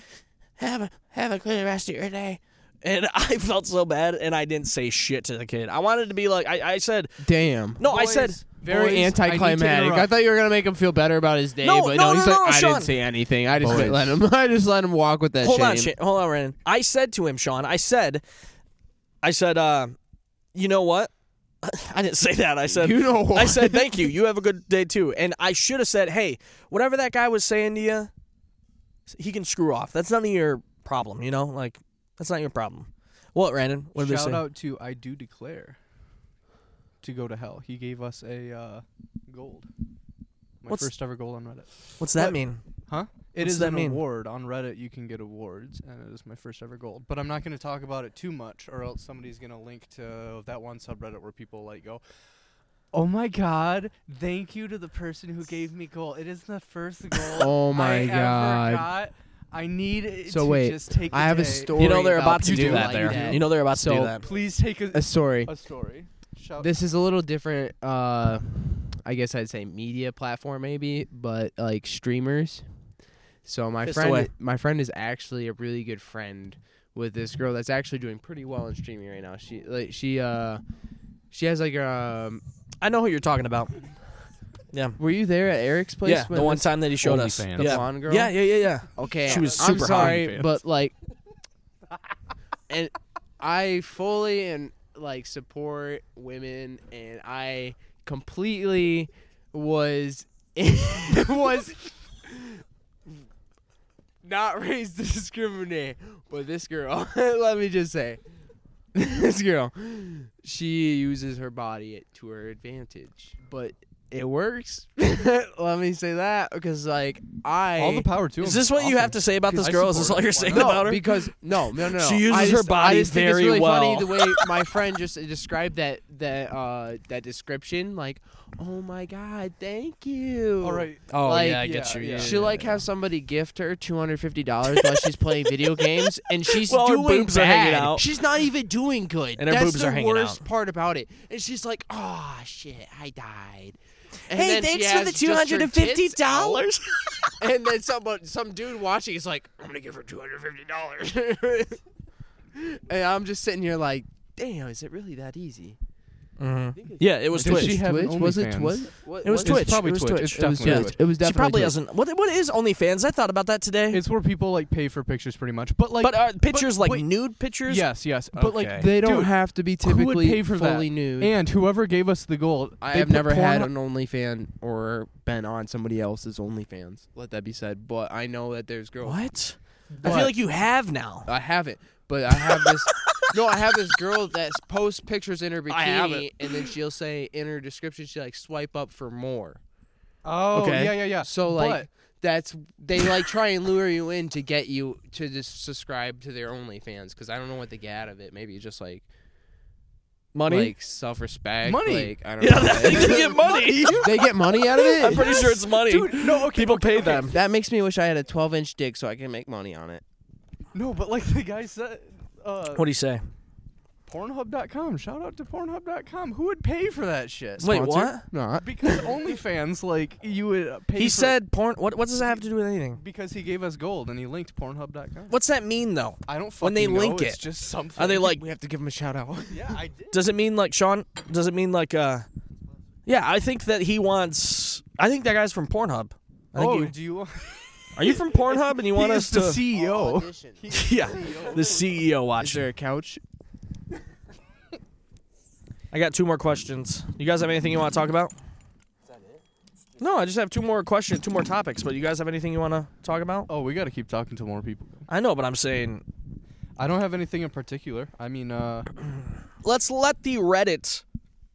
Speaker 1: "Have a have a good rest of your day." And (laughs) I felt so bad, and I didn't say shit to the kid. I wanted to be like, I, I said,
Speaker 2: Damn.
Speaker 1: no, I said,
Speaker 3: Boys,
Speaker 2: Very
Speaker 3: boys, I need to
Speaker 2: anticlimactic. I,
Speaker 3: interrupt.
Speaker 2: thought you were gonna make him feel better about his day,
Speaker 1: No,
Speaker 2: but
Speaker 1: no,
Speaker 2: no, he's
Speaker 1: no,
Speaker 2: like,
Speaker 1: no,
Speaker 2: I
Speaker 1: Sean.
Speaker 2: didn't say anything. I just
Speaker 4: Boys.
Speaker 2: let him. (laughs) I just let him walk with that.
Speaker 1: hold
Speaker 2: shame.
Speaker 1: on, Shane. Hold on, Brandon. I said to him, Sean. I said, I said, uh, you know what? (laughs) I didn't say that. I said,
Speaker 2: You know what?
Speaker 1: I said, thank you. You have a good day too. And I should have said, hey, whatever that guy was saying to you, he can screw off. That's none of your problem. You know, like that's not your problem. What, Brandon? What did they
Speaker 3: Shout
Speaker 1: say?
Speaker 3: out to I do declare to go to hell. He gave us a uh, gold. My
Speaker 1: What's-
Speaker 3: first ever gold on Reddit.
Speaker 1: What's that
Speaker 3: What?
Speaker 1: mean?
Speaker 3: Huh? It
Speaker 1: What's
Speaker 3: is
Speaker 1: that
Speaker 3: an
Speaker 1: mean?
Speaker 3: award on Reddit. You can get awards, and it is my first ever gold. But I'm not going to talk about it too much, or else somebody's going to link to that one subreddit where people like go, "Oh my God! Thank you to the person who gave me gold. It is the first gold.
Speaker 2: Oh my
Speaker 3: I
Speaker 2: God.
Speaker 3: Ever got. I need it
Speaker 2: So
Speaker 3: to
Speaker 2: wait,
Speaker 3: just take.
Speaker 2: I have a
Speaker 3: day.
Speaker 2: story.
Speaker 1: You know they're
Speaker 2: about
Speaker 1: about to
Speaker 2: people
Speaker 1: do that
Speaker 2: like
Speaker 1: there.
Speaker 2: that.
Speaker 1: You know they're about to do
Speaker 2: So-
Speaker 1: that.
Speaker 3: Please take a,
Speaker 2: A story.
Speaker 3: a story. Shout
Speaker 2: This is a little different. Uh, I guess I'd say media platform maybe, but like streamers. So my
Speaker 1: Fist
Speaker 2: friend,
Speaker 1: away.
Speaker 2: my friend is actually a really good friend with this girl that's actually doing pretty well in streaming right now. She like she uh, she has like um.
Speaker 1: I know who you're talking about. Yeah.
Speaker 2: Were you there at Eric's place?
Speaker 1: Yeah,
Speaker 2: when
Speaker 1: the one
Speaker 2: this-
Speaker 1: time that he showed us.
Speaker 4: OnlyFans.
Speaker 2: The
Speaker 1: yeah.
Speaker 2: blonde girl?
Speaker 1: yeah, yeah, yeah, yeah.
Speaker 2: Okay,
Speaker 1: She was
Speaker 2: I'm
Speaker 1: super hot.
Speaker 2: sorry,
Speaker 4: Fans.
Speaker 2: but like, (laughs) and I fully and like support women, and I completely was (laughs) was not raised to discriminate, but this girl, (laughs) let me just say, (laughs) this girl, she uses her body to her advantage, but. It works. (laughs) Let me say that because, like, I
Speaker 3: all the power to
Speaker 1: Is this what you have to say about this
Speaker 3: I
Speaker 1: girl? Is this all
Speaker 3: support it.
Speaker 1: you're (laughs)
Speaker 3: Why
Speaker 1: saying
Speaker 3: not?
Speaker 2: no,
Speaker 1: about her?
Speaker 2: because no, no, no. no.
Speaker 1: She uses
Speaker 2: I
Speaker 1: her
Speaker 2: just-
Speaker 1: body
Speaker 2: I just think
Speaker 1: very
Speaker 2: it's really
Speaker 1: well.
Speaker 2: Funny the way my friend just described that that uh, that description, like, oh my god, thank you.
Speaker 3: All right.
Speaker 1: Oh
Speaker 2: Like,
Speaker 1: yeah, I get
Speaker 3: yeah,
Speaker 1: you. Yeah,
Speaker 2: She'll
Speaker 1: yeah,
Speaker 2: like
Speaker 1: yeah.
Speaker 2: have somebody gift her two hundred fifty dollars while
Speaker 1: (laughs)
Speaker 2: she's playing video games, and she's
Speaker 1: While her
Speaker 2: doing
Speaker 1: boobs are
Speaker 2: bad.
Speaker 1: hanging out.
Speaker 2: She's not even doing good.
Speaker 1: And her
Speaker 2: That's
Speaker 1: boobs
Speaker 2: the
Speaker 1: are hanging
Speaker 2: worst
Speaker 1: out.
Speaker 2: part about it. And she's like, "Ah, shit, I died." And
Speaker 1: Hey,
Speaker 2: then she
Speaker 1: thanks for
Speaker 2: has
Speaker 1: the
Speaker 2: just her
Speaker 1: two hundred and fifty
Speaker 2: tits out. (laughs)
Speaker 1: dollars.
Speaker 2: And then some uh, some dude watching is like, I'm gonna give her two hundred fifty dollars. (laughs) and I'm just sitting here like, damn, is it really that easy?
Speaker 1: Yeah, it was
Speaker 3: Did
Speaker 1: Twitch.
Speaker 3: she have an
Speaker 2: Was it
Speaker 3: OnlyFans?
Speaker 2: Twitch? What,
Speaker 1: It was
Speaker 2: what-
Speaker 1: Twitch.
Speaker 3: It's probably
Speaker 1: It was
Speaker 3: Twitch.
Speaker 1: Twitch.
Speaker 3: It's
Speaker 2: It was
Speaker 3: definitely
Speaker 1: Yeah.
Speaker 3: Twitch.
Speaker 2: Twitch. It was
Speaker 1: she
Speaker 2: definitely
Speaker 1: probably
Speaker 2: Twitch.
Speaker 1: doesn't. What what is OnlyFans? I thought about that today.
Speaker 3: It's where people like pay for pictures, pretty much. But like,
Speaker 1: but are pictures like
Speaker 3: wait.
Speaker 1: nude pictures?
Speaker 3: yes, yes. But like,
Speaker 4: Okay.
Speaker 2: They don't
Speaker 3: Dude,
Speaker 2: have to be
Speaker 3: who would
Speaker 2: typically
Speaker 3: pay for that?
Speaker 2: fully nude.
Speaker 3: and whoever gave us the gold,
Speaker 2: I
Speaker 3: they
Speaker 2: have
Speaker 3: put
Speaker 2: never had
Speaker 3: Pornhub-
Speaker 2: an OnlyFans or been on somebody else's OnlyFans. Let that be said. But I know that there's girls.
Speaker 1: What? I
Speaker 2: What?
Speaker 1: feel like you have
Speaker 2: (laughs)
Speaker 1: now. (laughs)
Speaker 2: I haven't, but I have this. no, I have this girl that posts pictures in her
Speaker 1: I have
Speaker 2: bikini,
Speaker 1: it.
Speaker 2: and then she'll say in her description, she like swipe up for more.
Speaker 3: Oh,
Speaker 1: Okay.
Speaker 3: yeah, yeah,
Speaker 2: (laughs)
Speaker 3: yeah.
Speaker 2: So like that's they (laughs) like try and lure you in to get you to just subscribe to their OnlyFans because I don't know what they get out of it. Maybe just like
Speaker 1: Money.
Speaker 2: like self respect,
Speaker 3: Money.
Speaker 2: Like, I don't
Speaker 1: yeah,
Speaker 2: know.
Speaker 1: that thing to get money.
Speaker 2: (laughs) they get money out of
Speaker 1: (laughs)
Speaker 2: it.
Speaker 1: I'm pretty sure it's money.
Speaker 3: Dude, no, okay,
Speaker 1: People
Speaker 3: okay,
Speaker 1: pay
Speaker 3: okay.
Speaker 1: them.
Speaker 2: that makes me wish I had a 12 inch dick so I can make money on it.
Speaker 3: but no, but like the guy said, uh,
Speaker 1: What do you say?
Speaker 3: Pornhub.com. Shout out to Pornhub.com. Who would pay for that shit?
Speaker 1: Wait,
Speaker 2: Sponsor?
Speaker 1: what?
Speaker 2: (laughs) Not.
Speaker 3: Because OnlyFans, like, you would uh, pay.
Speaker 1: He
Speaker 3: for-
Speaker 1: said porn. What what does that have to do with anything?
Speaker 3: because he gave us gold and he linked Pornhub.com.
Speaker 1: What's that mean though?
Speaker 3: I don't fucking
Speaker 1: When they
Speaker 3: know.
Speaker 1: link
Speaker 3: it's
Speaker 1: it,
Speaker 3: just something.
Speaker 1: Are they like?
Speaker 2: We have to give him a shout out.
Speaker 3: (laughs) Yeah, I did.
Speaker 1: Does it mean like Sean? Does it mean like uh? Yeah, I think that he wants. I think that guy's from Pornhub. I think
Speaker 3: Oh,
Speaker 1: you-
Speaker 3: do you want?
Speaker 1: are you from Pornhub and you want
Speaker 3: (laughs) He
Speaker 1: us to?
Speaker 3: is the E
Speaker 1: (laughs)
Speaker 3: CEO.
Speaker 1: yeah, the E CEO
Speaker 2: Oh, Is
Speaker 1: watch.
Speaker 2: there a couch?
Speaker 1: I got two more questions. You guys have anything you want to talk about? Is that it? No, I just have two more questions, two more topics. But you guys have anything you want to talk about?
Speaker 3: Oh, we got to keep talking to more people.
Speaker 1: I know, but I'm saying
Speaker 3: I don't have anything in particular. I mean, uh,
Speaker 1: let's let the Reddit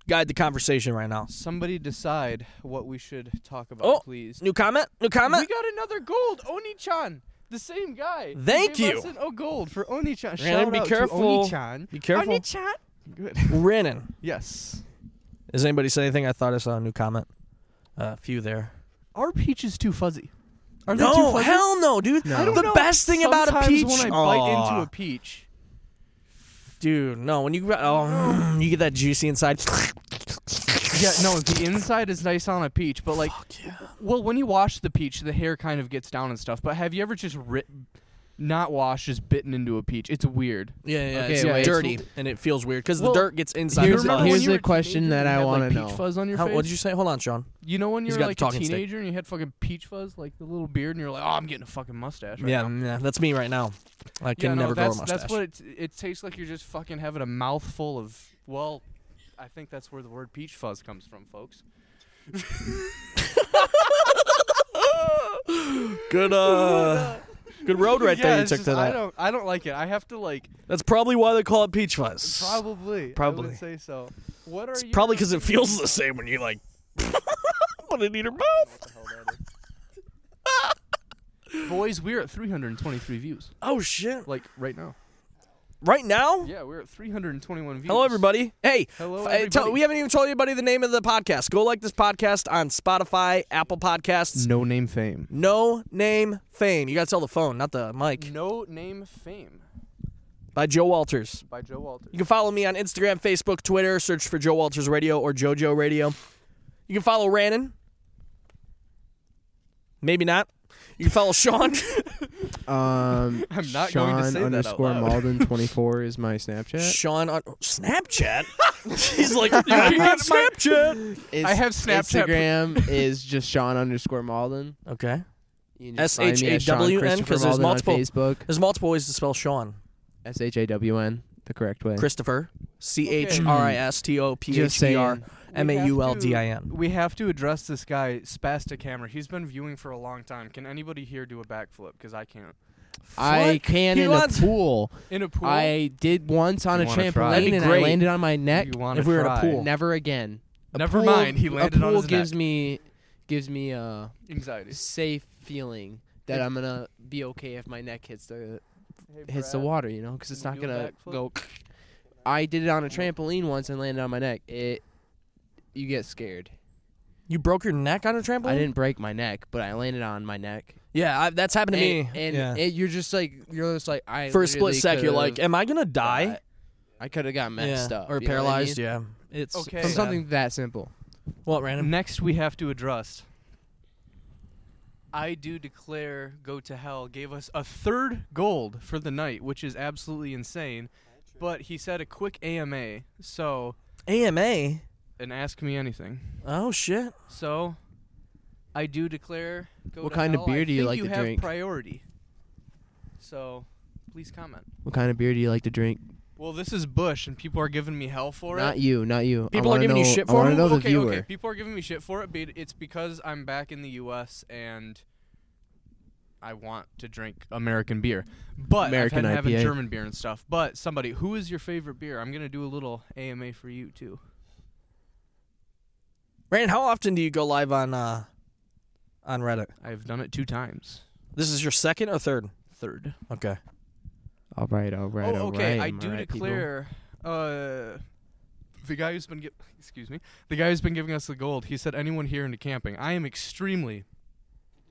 Speaker 1: guide the conversation right now.
Speaker 3: Somebody decide what we should talk about,
Speaker 1: Oh,
Speaker 3: please.
Speaker 1: New comment? New
Speaker 3: we
Speaker 1: comment?
Speaker 3: got another gold, Oni-chan. The same guy. who
Speaker 1: Thank
Speaker 3: gave
Speaker 1: you.
Speaker 3: us an- oh, gold for Oni-chan.
Speaker 1: Brandon,
Speaker 3: Shout
Speaker 1: be
Speaker 3: out
Speaker 1: careful.
Speaker 3: to Oni-chan.
Speaker 1: Be careful.
Speaker 3: Oni-chan. Good. (laughs)
Speaker 1: Renan.
Speaker 3: yes.
Speaker 1: Does anybody say anything? I thought I saw a new comment. A uh, few there.
Speaker 3: Are peaches too fuzzy? Are they too
Speaker 1: No,
Speaker 3: fuzzy?
Speaker 1: hell no, dude.
Speaker 2: No.
Speaker 3: I don't
Speaker 1: The
Speaker 3: know.
Speaker 1: best thing about a
Speaker 3: Sometimes
Speaker 1: peach.
Speaker 3: when I bite
Speaker 1: Aw.
Speaker 3: into a peach,
Speaker 1: Dude, no. When you gra- oh, mm, you get that juicy inside.
Speaker 3: Yeah, no, the inside is nice on a peach, but like, well, when you wash the peach, the hair kind of gets down and stuff. But have you ever just ri- not washed, just bitten into a peach? It's weird.
Speaker 1: Yeah, yeah.
Speaker 2: Okay,
Speaker 1: it's
Speaker 2: wait.
Speaker 1: dirty and it feels weird because
Speaker 3: Well,
Speaker 1: the dirt gets inside.
Speaker 2: here's-
Speaker 1: the
Speaker 3: Remember when
Speaker 1: body.
Speaker 2: here's
Speaker 3: you
Speaker 2: a
Speaker 3: were a
Speaker 2: question
Speaker 3: teenager
Speaker 2: that
Speaker 3: and
Speaker 2: I
Speaker 3: you had,
Speaker 2: wanna
Speaker 3: like,
Speaker 2: know.
Speaker 3: Peach fuzz on your
Speaker 1: How-
Speaker 3: face.
Speaker 1: what did you say? Hold on, Sean.
Speaker 3: You know when you
Speaker 1: He's
Speaker 3: were
Speaker 1: got the
Speaker 3: like a
Speaker 1: talking stick.
Speaker 3: teenager and you had fucking peach fuzz, like the little beard, and you're like, oh, I'm getting a fucking mustache. Right
Speaker 1: yeah,
Speaker 3: now.
Speaker 1: yeah, that's me right now. I
Speaker 3: Yeah,
Speaker 1: can
Speaker 3: no,
Speaker 1: never grow a
Speaker 3: that's,
Speaker 1: mustache.
Speaker 3: That's what it, it tastes like. You're just fucking having a mouthful of. Well, I think that's where the word peach fuzz comes from, folks.
Speaker 1: (laughs) good, uh, good road right
Speaker 3: yeah,
Speaker 1: there you
Speaker 3: it's
Speaker 1: took
Speaker 3: just-
Speaker 1: to
Speaker 3: I
Speaker 1: that.
Speaker 3: don't, I don't like it. I have to like
Speaker 1: That's probably why they call it peach fuzz.
Speaker 3: probably, I
Speaker 1: Probably.
Speaker 3: would say so. What are
Speaker 1: It's
Speaker 3: your
Speaker 1: probably because it feels the same when you like (laughs) put it in your mouth. (laughs)
Speaker 3: boys? We're at 323 views,
Speaker 1: Oh shit!
Speaker 3: like right now.
Speaker 1: Right now.
Speaker 3: Yeah, we're at 321 views.
Speaker 1: Hello, everybody. Hey,
Speaker 3: Hello,
Speaker 1: f- uh, tell-
Speaker 3: everybody.
Speaker 1: we haven't even told anybody the name of the podcast. Go like this podcast on Spotify, Apple Podcasts.
Speaker 3: No name fame.
Speaker 1: No name fame. You got to tell the phone, not the mic.
Speaker 3: No name fame
Speaker 1: By Joe Walters.
Speaker 3: by Joe Walters.
Speaker 1: You can follow me on Instagram, Facebook, Twitter. Search for Joe Walters Radio or JoJo Radio. You can follow Rannon. Maybe not. You can follow Sean. (laughs)
Speaker 2: (laughs) Um,
Speaker 3: I'm not
Speaker 2: Sean
Speaker 3: going to say that out
Speaker 2: underscore
Speaker 3: loud.
Speaker 2: (laughs) Malden twenty four is my Snapchat.
Speaker 1: Sean on Snapchat. He's (laughs) like, you got Snapchat.
Speaker 2: It's-
Speaker 3: I have
Speaker 2: (laughs)
Speaker 3: Snapchat.
Speaker 2: Instagram is just Sean underscore Malden.
Speaker 1: Okay.
Speaker 2: You can just find me at Sean
Speaker 1: SHAWN,
Speaker 2: Christopher
Speaker 1: 'cause there's
Speaker 2: Malden on
Speaker 1: multiple-
Speaker 2: Facebook.
Speaker 1: There's multiple ways to spell Sean.
Speaker 2: (laughs) S H A W N, the correct way.
Speaker 1: Christopher. C H R I S T O P H E R M A U L D I N.
Speaker 3: We have to address this guy, Spastic Hammer. He's been viewing for a long time. Can anybody here do a backflip? Because I can't.
Speaker 2: I
Speaker 1: What?
Speaker 2: can
Speaker 1: He
Speaker 2: in
Speaker 1: wants-
Speaker 2: a pool.
Speaker 3: In a pool.
Speaker 2: I did once on
Speaker 3: You
Speaker 2: a
Speaker 3: wanna try? That'd
Speaker 2: trampoline
Speaker 1: be
Speaker 2: and I
Speaker 1: great.
Speaker 2: landed on my neck.
Speaker 3: you wanna
Speaker 1: if we were in a
Speaker 3: try.
Speaker 1: pool.
Speaker 2: Never again. A
Speaker 3: Never
Speaker 2: pool-
Speaker 3: mind, he landed
Speaker 2: a
Speaker 3: on
Speaker 2: pool
Speaker 3: his
Speaker 2: gives
Speaker 3: neck.
Speaker 2: me gives me a
Speaker 3: Anxiety.
Speaker 2: safe feeling that
Speaker 3: Hey.
Speaker 2: I'm gonna be okay if my neck hits the
Speaker 3: Hey,
Speaker 2: hits the
Speaker 3: Brad.
Speaker 2: water, you know, because it's
Speaker 3: Can
Speaker 2: not
Speaker 3: you do a
Speaker 2: gonna
Speaker 3: backflip?
Speaker 2: go. I did it on a trampoline once and landed on my neck. It, you get scared.
Speaker 1: You broke your neck on a trampoline?
Speaker 2: I didn't break my neck, but I landed on my neck.
Speaker 1: Yeah, I, that's happened to
Speaker 2: and,
Speaker 1: me.
Speaker 2: and
Speaker 1: yeah.
Speaker 2: it, you're just like you're just like I.
Speaker 1: For a split
Speaker 2: literally
Speaker 1: sec, you're
Speaker 2: could've
Speaker 1: like, am I gonna die?
Speaker 2: got- I could have got messed
Speaker 1: yeah.
Speaker 2: up
Speaker 1: or
Speaker 2: you know what I
Speaker 1: paralyzed?
Speaker 2: mean?
Speaker 1: Yeah, it's
Speaker 3: Okay.
Speaker 2: From
Speaker 1: sad.
Speaker 2: something that simple.
Speaker 1: What random?
Speaker 3: Next, we have to address. I do declare go to hell gave us a third gold for the night, which is absolutely insane. But he said a quick AMA, so
Speaker 1: AMA.
Speaker 3: and ask me anything.
Speaker 1: Oh shit.
Speaker 3: So I do declare go
Speaker 2: What
Speaker 3: to
Speaker 2: kind of
Speaker 3: hell. I
Speaker 2: beer do you
Speaker 3: think
Speaker 2: like
Speaker 3: you
Speaker 2: to
Speaker 3: have
Speaker 2: drink?
Speaker 3: priority. So please comment.
Speaker 2: What kind of beer do you like to drink?
Speaker 3: Well, this is Bush, and people are giving me hell for it.
Speaker 2: Not you, not you.
Speaker 1: People are
Speaker 2: I wanna
Speaker 1: giving you
Speaker 2: know-
Speaker 1: shit
Speaker 2: I
Speaker 1: for
Speaker 2: wanna
Speaker 1: it?
Speaker 2: know the
Speaker 3: okay,
Speaker 2: viewer.
Speaker 3: okay. People are giving me shit for it, but it's because I'm back in the U.S. and I want to drink American beer. But
Speaker 2: American
Speaker 3: I've had having
Speaker 2: IPA.
Speaker 3: German beer and stuff. But somebody, who is your favorite beer? I'm gonna do a little AMA for you too.
Speaker 1: Rand, how often do you go live on uh on Reddit?
Speaker 3: I've done it two times.
Speaker 1: This is your second or third?
Speaker 3: Third.
Speaker 1: Okay.
Speaker 2: All right, all right,
Speaker 3: oh,
Speaker 2: all
Speaker 3: okay.
Speaker 2: right,
Speaker 3: I
Speaker 2: am
Speaker 3: do
Speaker 2: right, people?
Speaker 3: declare. Uh, the guy who's been gi- excuse me, the guy who's been giving us the gold. He said, "Anyone here into camping? I am extremely,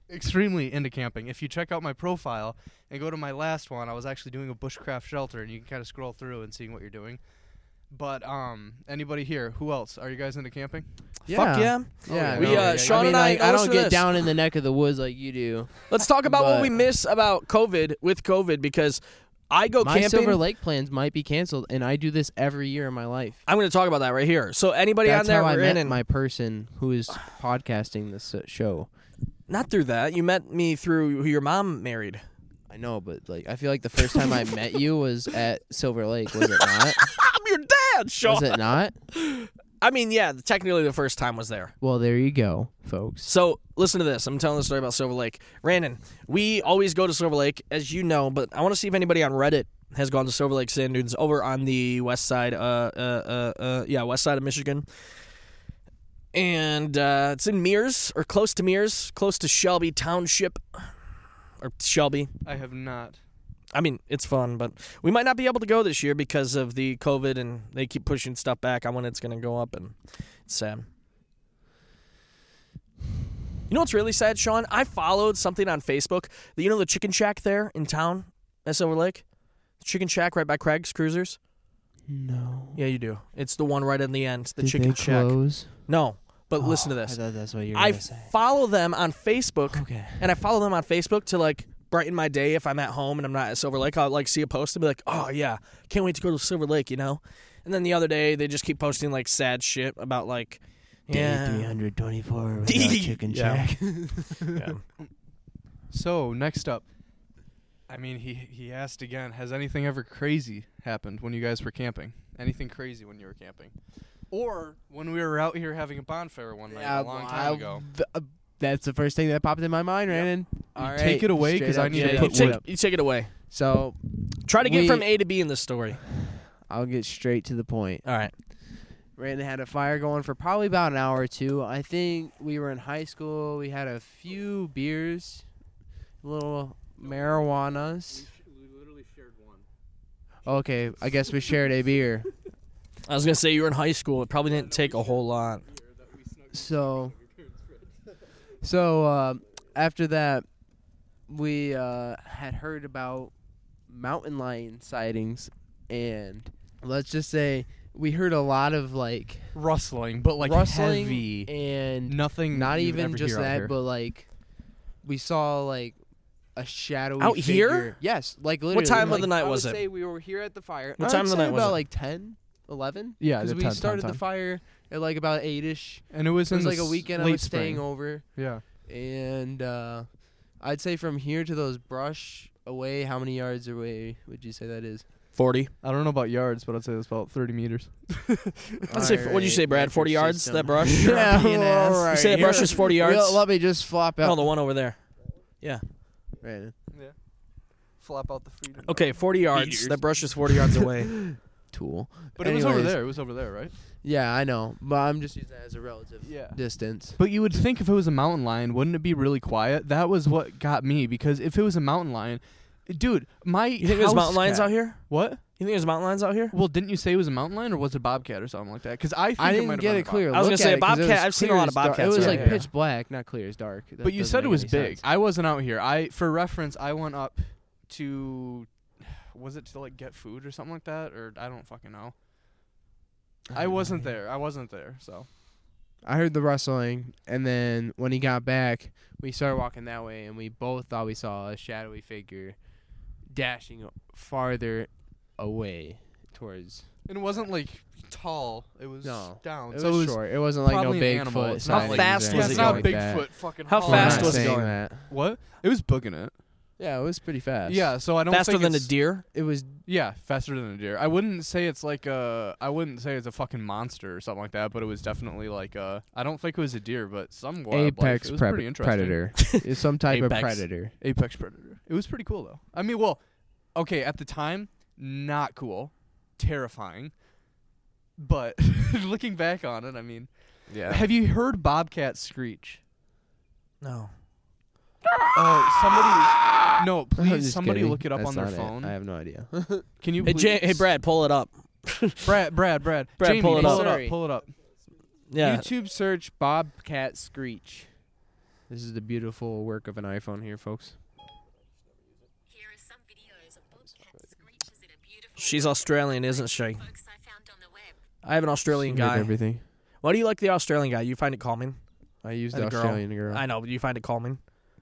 Speaker 3: extremely into camping. If you check out my profile and go to my last one, I was actually doing a bushcraft shelter, and you can kind of scroll through and seeing what you're doing." But um, anybody here? Who else? Are you guys into camping?
Speaker 1: Fuck yeah.
Speaker 2: Oh, Yeah,
Speaker 3: yeah,
Speaker 1: We,
Speaker 2: no,
Speaker 1: uh,
Speaker 2: yeah, yeah.
Speaker 1: Sean
Speaker 2: I mean,
Speaker 1: and I
Speaker 2: like, I oh,
Speaker 1: owe us
Speaker 2: don't
Speaker 1: for
Speaker 2: get
Speaker 1: this.
Speaker 2: down in the neck of the woods like you do.
Speaker 1: Let's talk about what
Speaker 2: But-
Speaker 1: we miss about COVID with COVID because I go
Speaker 2: My
Speaker 1: camping.
Speaker 2: Silver Lake plans might be canceled, and I do this every year in my life.
Speaker 1: I'm going to talk about that right here. So anybody
Speaker 2: That's
Speaker 1: on there,
Speaker 2: how I met
Speaker 1: Rhiannon-
Speaker 2: my person who is podcasting this uh, show.
Speaker 1: not through that. You met me through who your mom married.
Speaker 2: I know, but like, I feel like the first time I met you was at Silver Lake. Was it not?
Speaker 1: I'm your dad, Sean.
Speaker 2: Was it not?
Speaker 1: I mean, yeah, technically the first time was there.
Speaker 2: Well, there you go, folks.
Speaker 1: So listen to this. I'm telling the story about Silver Lake. Randon, we always go to Silver Lake, as you know, but I want to see if anybody on Reddit has gone to Silver Lake Sand Dunes over on the west side, uh, uh, uh, uh yeah, west side of Michigan. And uh, it's in Mears, or close to Mears, close to Shelby Township, or Shelby.
Speaker 3: I have not.
Speaker 1: I mean, it's fun, but we might not be able to go this year because of the COVID, and they keep pushing stuff back on when it's going to go up, and it's sad. You know what's really sad, Sean? I followed something on Facebook. That, you know the Chicken Shack there in town at Silver Lake, Chicken Shack right by Craig's Cruisers.
Speaker 2: No.
Speaker 1: Yeah, you do. It's the one right in the end, the Chicken Shack.
Speaker 2: close? Oh,
Speaker 1: No, but listen to this.
Speaker 2: I thought that's what you were
Speaker 1: I
Speaker 2: gonna say.
Speaker 1: follow them on Facebook,
Speaker 2: Okay.
Speaker 1: and I follow them on Facebook to like brighten my day if I'm at home and I'm not at Silver Lake. I'll like see a post and be like, "Oh yeah, can't wait to go to Silver Lake," you know. And then the other day, they just keep posting like sad shit about like, yeah,
Speaker 2: 324 without
Speaker 1: Chicken Yeah.
Speaker 2: Shack.
Speaker 1: yeah.
Speaker 3: So next up, I mean, he he asked again. Has anything ever crazy happened when you guys were camping? Anything crazy when you were camping, or when we were out here having a bonfire one night a long time ago?
Speaker 2: uh, that's the first thing that popped in my mind, Brandon. All right.
Speaker 3: take it away, 'cause
Speaker 2: straight
Speaker 3: I
Speaker 2: up,
Speaker 3: need to
Speaker 2: straight
Speaker 1: You
Speaker 3: put
Speaker 2: up,
Speaker 1: take,
Speaker 2: straight up.
Speaker 1: you take it away.
Speaker 2: So
Speaker 1: Try to get
Speaker 2: We-
Speaker 1: from A to B in the story.
Speaker 2: I'll get straight to the point.
Speaker 1: All right.
Speaker 2: Brandon had a fire going for probably about an hour or two. I think we were in high school. We had a few beers, little marijuanas.
Speaker 4: We literally shared one.
Speaker 2: Okay, I guess we shared a
Speaker 4: (laughs)
Speaker 2: beer.
Speaker 1: I was gonna say you were in high school. It probably didn't take a whole lot.
Speaker 4: (laughs)
Speaker 2: So, so uh, after that, we uh, had heard about mountain lion sightings, and let's just say we heard a lot of like,
Speaker 3: Rustling, but like
Speaker 2: rustling
Speaker 3: heavy,
Speaker 2: and
Speaker 3: nothing.
Speaker 2: not
Speaker 3: you would
Speaker 2: even
Speaker 3: ever
Speaker 2: just
Speaker 3: hear out
Speaker 2: that,
Speaker 3: here.
Speaker 2: but like we saw like a shadowy
Speaker 1: Out here?
Speaker 2: figure. Yes, like literally.
Speaker 1: time of
Speaker 2: like,
Speaker 1: the night
Speaker 2: I
Speaker 1: was
Speaker 2: would
Speaker 1: it?
Speaker 2: Say we were here at the fire.
Speaker 1: What
Speaker 2: I'd
Speaker 1: time of the
Speaker 2: say
Speaker 1: night was
Speaker 2: about
Speaker 1: it?
Speaker 2: like 10, 11?
Speaker 3: Yeah,
Speaker 2: because
Speaker 3: the
Speaker 2: we
Speaker 3: 10,
Speaker 2: started
Speaker 3: 10,
Speaker 2: the fire at like about eight ish.
Speaker 3: and it was,
Speaker 2: It was
Speaker 3: in the
Speaker 2: like a
Speaker 3: s-
Speaker 2: weekend I
Speaker 3: late
Speaker 2: was staying
Speaker 3: spring.
Speaker 2: over,
Speaker 3: Yeah,
Speaker 2: and uh, I'd say from here to those brush away, how many yards away would you say that is?
Speaker 1: Forty.
Speaker 3: I don't know about yards, but I'd say it's about thirty meters.
Speaker 1: (laughs) I'd say. What'd you say, Brad? Forty yards. That brush.
Speaker 2: (laughs) Yeah,
Speaker 1: (laughs) You
Speaker 2: all right.
Speaker 1: say that brush is
Speaker 2: (laughs)
Speaker 1: forty yards.
Speaker 2: Well, let me just flop out.
Speaker 1: Oh, the one over there.
Speaker 2: Brandon.
Speaker 3: Flop out the freedom.
Speaker 1: Okay, forty yards. That brush is forty yards
Speaker 3: (laughs)
Speaker 1: away.
Speaker 2: Tool.
Speaker 3: but it was over
Speaker 2: Anyways.
Speaker 3: there. It was over there, right?
Speaker 2: Yeah, I know, but I'm just using that as a relative
Speaker 3: Yeah.
Speaker 2: distance.
Speaker 3: But you would think if it was a mountain lion, wouldn't it be really quiet? That was what got me because if it was a mountain lion, dude, my
Speaker 1: You think there's
Speaker 3: house
Speaker 1: mountain lions
Speaker 3: cat-
Speaker 1: out here?
Speaker 3: What?
Speaker 1: You think there's mountain lions out here?
Speaker 3: Well, didn't you say it was a mountain lion or was it a bobcat or something like that? Because I think
Speaker 2: I
Speaker 3: it might
Speaker 2: didn't
Speaker 3: have
Speaker 2: get
Speaker 3: been
Speaker 2: it clear.
Speaker 1: I was
Speaker 2: Look
Speaker 1: gonna
Speaker 2: at
Speaker 1: say,
Speaker 2: it, 'cause it
Speaker 1: Bobcat,
Speaker 2: was
Speaker 1: I've seen a
Speaker 2: clear
Speaker 1: lot
Speaker 2: as
Speaker 1: of
Speaker 2: dark.
Speaker 1: Bobcats
Speaker 2: It was
Speaker 3: out
Speaker 2: like
Speaker 3: there.
Speaker 2: pitch black, not clear as dark. That
Speaker 3: But you
Speaker 2: doesn't
Speaker 3: said it
Speaker 2: make
Speaker 3: was
Speaker 2: any
Speaker 3: big.
Speaker 2: sense.
Speaker 3: I wasn't out here. I, for reference, I went up to, was it to like get food or something like that, or I don't fucking know. I,
Speaker 2: don't know.
Speaker 3: wasn't there. I wasn't there. So
Speaker 2: I heard the rustling, and then when he got back, we started walking that way, and we both thought we saw a shadowy figure dashing farther away towards.
Speaker 3: and it wasn't like tall. It was
Speaker 2: No.
Speaker 3: down.
Speaker 2: It
Speaker 3: so
Speaker 2: was
Speaker 3: it was
Speaker 2: short. It wasn't like no
Speaker 3: probably an
Speaker 2: Bigfoot.
Speaker 3: animal. It's
Speaker 1: not
Speaker 2: sightings
Speaker 1: like- fast was
Speaker 2: or
Speaker 3: Yeah,
Speaker 1: it
Speaker 3: it's
Speaker 2: anything
Speaker 3: not
Speaker 1: going?
Speaker 2: like
Speaker 3: Bigfoot.
Speaker 2: that.
Speaker 3: Fucking
Speaker 1: How
Speaker 2: I'm
Speaker 3: hollering.
Speaker 1: Fast
Speaker 2: not
Speaker 1: was it
Speaker 2: saying
Speaker 1: going?
Speaker 2: that.
Speaker 3: What? It was booking it.
Speaker 2: Yeah, it was pretty fast.
Speaker 3: Yeah, so I don't
Speaker 1: Faster
Speaker 3: think
Speaker 1: than a
Speaker 3: it's-
Speaker 1: deer.
Speaker 2: it was
Speaker 3: Yeah, faster than a deer. I wouldn't say it's like a. I wouldn't say it's a fucking monster or something like that, but it was definitely like a. I don't think it was a deer, but some wildlife.
Speaker 2: apex
Speaker 3: it was
Speaker 2: prep-
Speaker 3: pretty interesting.
Speaker 2: predator. it's some type of
Speaker 1: Apex.
Speaker 2: predator.
Speaker 3: Apex predator. It was pretty cool though. I mean, well, okay, at the time, not cool, terrifying, but (laughs) looking back on it, I mean,
Speaker 4: Yeah.
Speaker 3: have you heard bobcat screech?
Speaker 1: No.
Speaker 3: Oh, somebody.
Speaker 2: (laughs)
Speaker 3: No,
Speaker 2: I'm
Speaker 3: please,
Speaker 2: just
Speaker 3: somebody
Speaker 2: kidding.
Speaker 3: look it up
Speaker 2: That's
Speaker 3: on their
Speaker 2: not it.
Speaker 3: phone.
Speaker 2: I have no idea. (laughs)
Speaker 3: Can you?
Speaker 1: Hey, J-
Speaker 3: please-
Speaker 1: hey Brad, pull it up.
Speaker 3: Brad, Brad, Brad,
Speaker 1: Brad,
Speaker 3: Jamie,
Speaker 1: pull it up.
Speaker 2: Sorry.
Speaker 3: Pull it up.
Speaker 1: Yeah.
Speaker 2: YouTube search Bobcat Screech. This is the beautiful work of an iPhone here, folks.
Speaker 6: Here are some videos of bobcat screeches in a beautiful
Speaker 1: She's Australian, isn't she?
Speaker 6: folks I found on the web.
Speaker 1: I have an Australian
Speaker 2: She heard
Speaker 1: guy.
Speaker 2: Everything.
Speaker 1: Why do you like the Australian guy? You find it calming?
Speaker 2: I used
Speaker 1: And
Speaker 2: the
Speaker 1: a girl.
Speaker 2: Australian girl.
Speaker 1: I know, but you find it calming.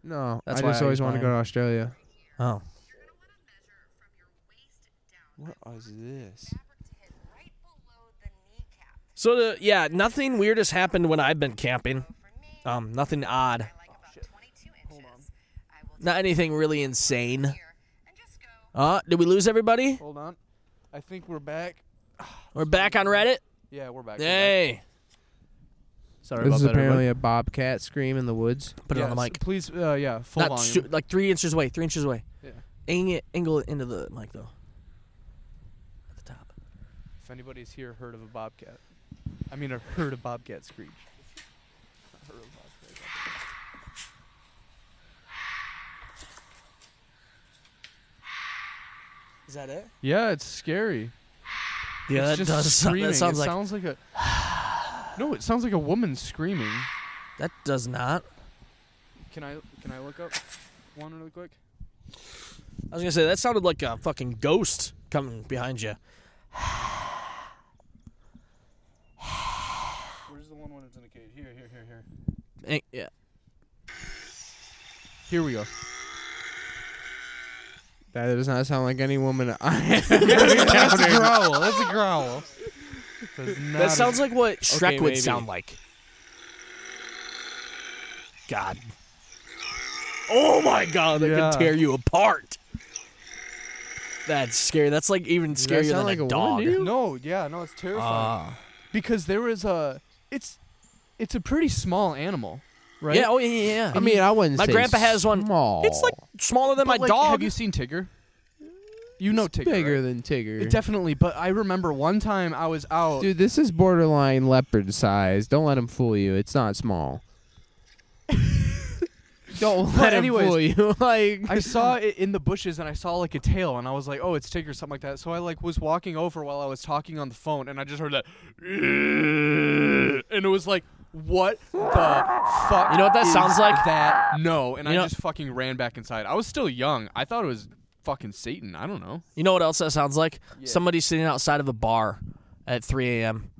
Speaker 2: no,
Speaker 1: That's
Speaker 2: I
Speaker 1: why
Speaker 2: just
Speaker 1: I
Speaker 2: always
Speaker 1: use
Speaker 2: want to
Speaker 1: mine.
Speaker 2: go to Australia.
Speaker 1: Oh.
Speaker 6: You're going to want to measure from your waist down
Speaker 2: What is this?
Speaker 6: fabric to hit right below the kneecap.
Speaker 1: So the, yeah, nothing weird has happened when I've been camping.
Speaker 6: For me,
Speaker 1: Um, nothing odd.
Speaker 6: I like
Speaker 5: Oh,
Speaker 6: about 22 inches. I will
Speaker 1: Not anything really insane.
Speaker 6: here and just go
Speaker 1: Uh, did we lose everybody?
Speaker 3: Hold on. I think we're back.
Speaker 1: We're back on Reddit.
Speaker 3: Yeah, we're back.
Speaker 1: Hey.
Speaker 3: Sorry
Speaker 2: This is apparently a bobcat scream in the woods.
Speaker 1: Put it on the mic.
Speaker 3: Please, uh, yeah, full
Speaker 1: Not
Speaker 3: volume.
Speaker 1: stu- like three inches away. Three inches away.
Speaker 3: Yeah.
Speaker 1: Aim it, angle it into the mic though.
Speaker 3: if anybody's here heard of a bobcat. I mean, or heard a bobcat screech.
Speaker 1: Is that it?
Speaker 3: Yeah, it's scary.
Speaker 1: Yeah,
Speaker 3: it's
Speaker 1: that
Speaker 3: just
Speaker 1: does. sound-
Speaker 3: screaming.
Speaker 1: That sounds
Speaker 3: it
Speaker 1: like
Speaker 3: sounds like a. no, it sounds like a woman screaming.
Speaker 1: that does not.
Speaker 3: Can I can I look up one really quick?
Speaker 1: I was gonna say that sounded like a fucking ghost coming behind you.
Speaker 3: Where's the one when it's in a cage? Here, here, here, here.
Speaker 1: Eh, Yeah.
Speaker 3: Here we go.
Speaker 2: That does not sound like any woman (laughs) I
Speaker 3: That's a growl. That's a growl.
Speaker 1: That sounds like what Shrek
Speaker 2: Okay,
Speaker 1: would
Speaker 2: maybe.
Speaker 1: sound like. God. Oh my god, that
Speaker 3: Yeah.
Speaker 1: could tear you apart. That's scary. That's like even
Speaker 2: that
Speaker 1: scarier than
Speaker 2: sound like a
Speaker 1: a
Speaker 2: woman
Speaker 1: dog.
Speaker 2: to you?
Speaker 3: No, yeah, no, it's terrifying.
Speaker 1: Ah.
Speaker 3: because there was a. It's, it's a pretty small animal, right?
Speaker 1: Yeah, oh yeah, yeah, yeah.
Speaker 2: I mean, I wouldn't
Speaker 1: My
Speaker 2: say
Speaker 1: grandpa has one.
Speaker 2: small.
Speaker 1: it's like smaller than my
Speaker 3: But, like,
Speaker 1: dog.
Speaker 3: Have you seen Tigger? You know Tigger.
Speaker 2: bigger
Speaker 3: right?
Speaker 2: than Tigger.
Speaker 3: It definitely, but I remember one time I was out.
Speaker 2: Dude, this is borderline leopard size. Don't let him fool you. It's
Speaker 1: (laughs)
Speaker 2: not small. Don't
Speaker 3: But
Speaker 2: let
Speaker 3: anyways,
Speaker 2: him fool (laughs) you. like
Speaker 3: I saw it in the bushes and I saw like a tail and I was like, oh, it's Tigger or something like that. So I like was walking over while I was talking on the phone and I just heard that, and it was like, what the fuck?
Speaker 1: You know what that
Speaker 3: is
Speaker 1: sounds like?
Speaker 3: That no, and
Speaker 1: You
Speaker 3: I
Speaker 1: know-
Speaker 3: just fucking ran back inside. I was still young. I thought it was fucking Satan. I don't know.
Speaker 1: You know what else that sounds like? Somebody sitting outside of a bar at 3 (laughs) a.m.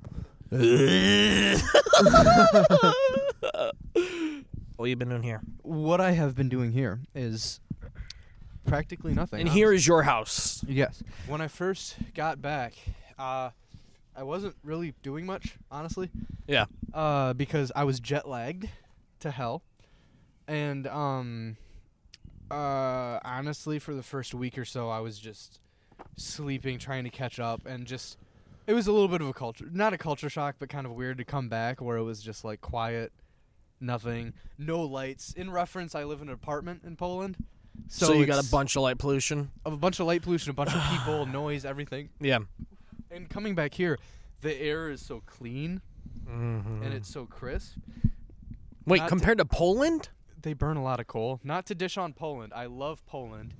Speaker 1: what you been doing here?
Speaker 3: What I have been doing here is practically nothing.
Speaker 1: And here is your house.
Speaker 3: Yes. When I first got back, uh, I wasn't really doing much, honestly,
Speaker 1: Yeah.
Speaker 3: uh, because I was jet lagged to hell, and um, uh, honestly, for the first week or so, I was just sleeping, trying to catch up, and just it was a little bit of a culture, not a culture shock, but kind of weird to come back where it was just like quiet, nothing, no lights. In reference, I live in an apartment in Poland.
Speaker 1: So, you got a
Speaker 3: it's-
Speaker 1: bunch of light pollution.
Speaker 3: of a bunch of light pollution, a bunch of people, noise, everything.
Speaker 1: Yeah.
Speaker 3: And coming back here, the air is so clean
Speaker 2: Mm-hmm.
Speaker 3: and it's so crisp.
Speaker 1: Wait,
Speaker 3: Not to-
Speaker 1: compared to Poland?
Speaker 3: They burn a lot of coal. Not to dish on Poland. I love Poland,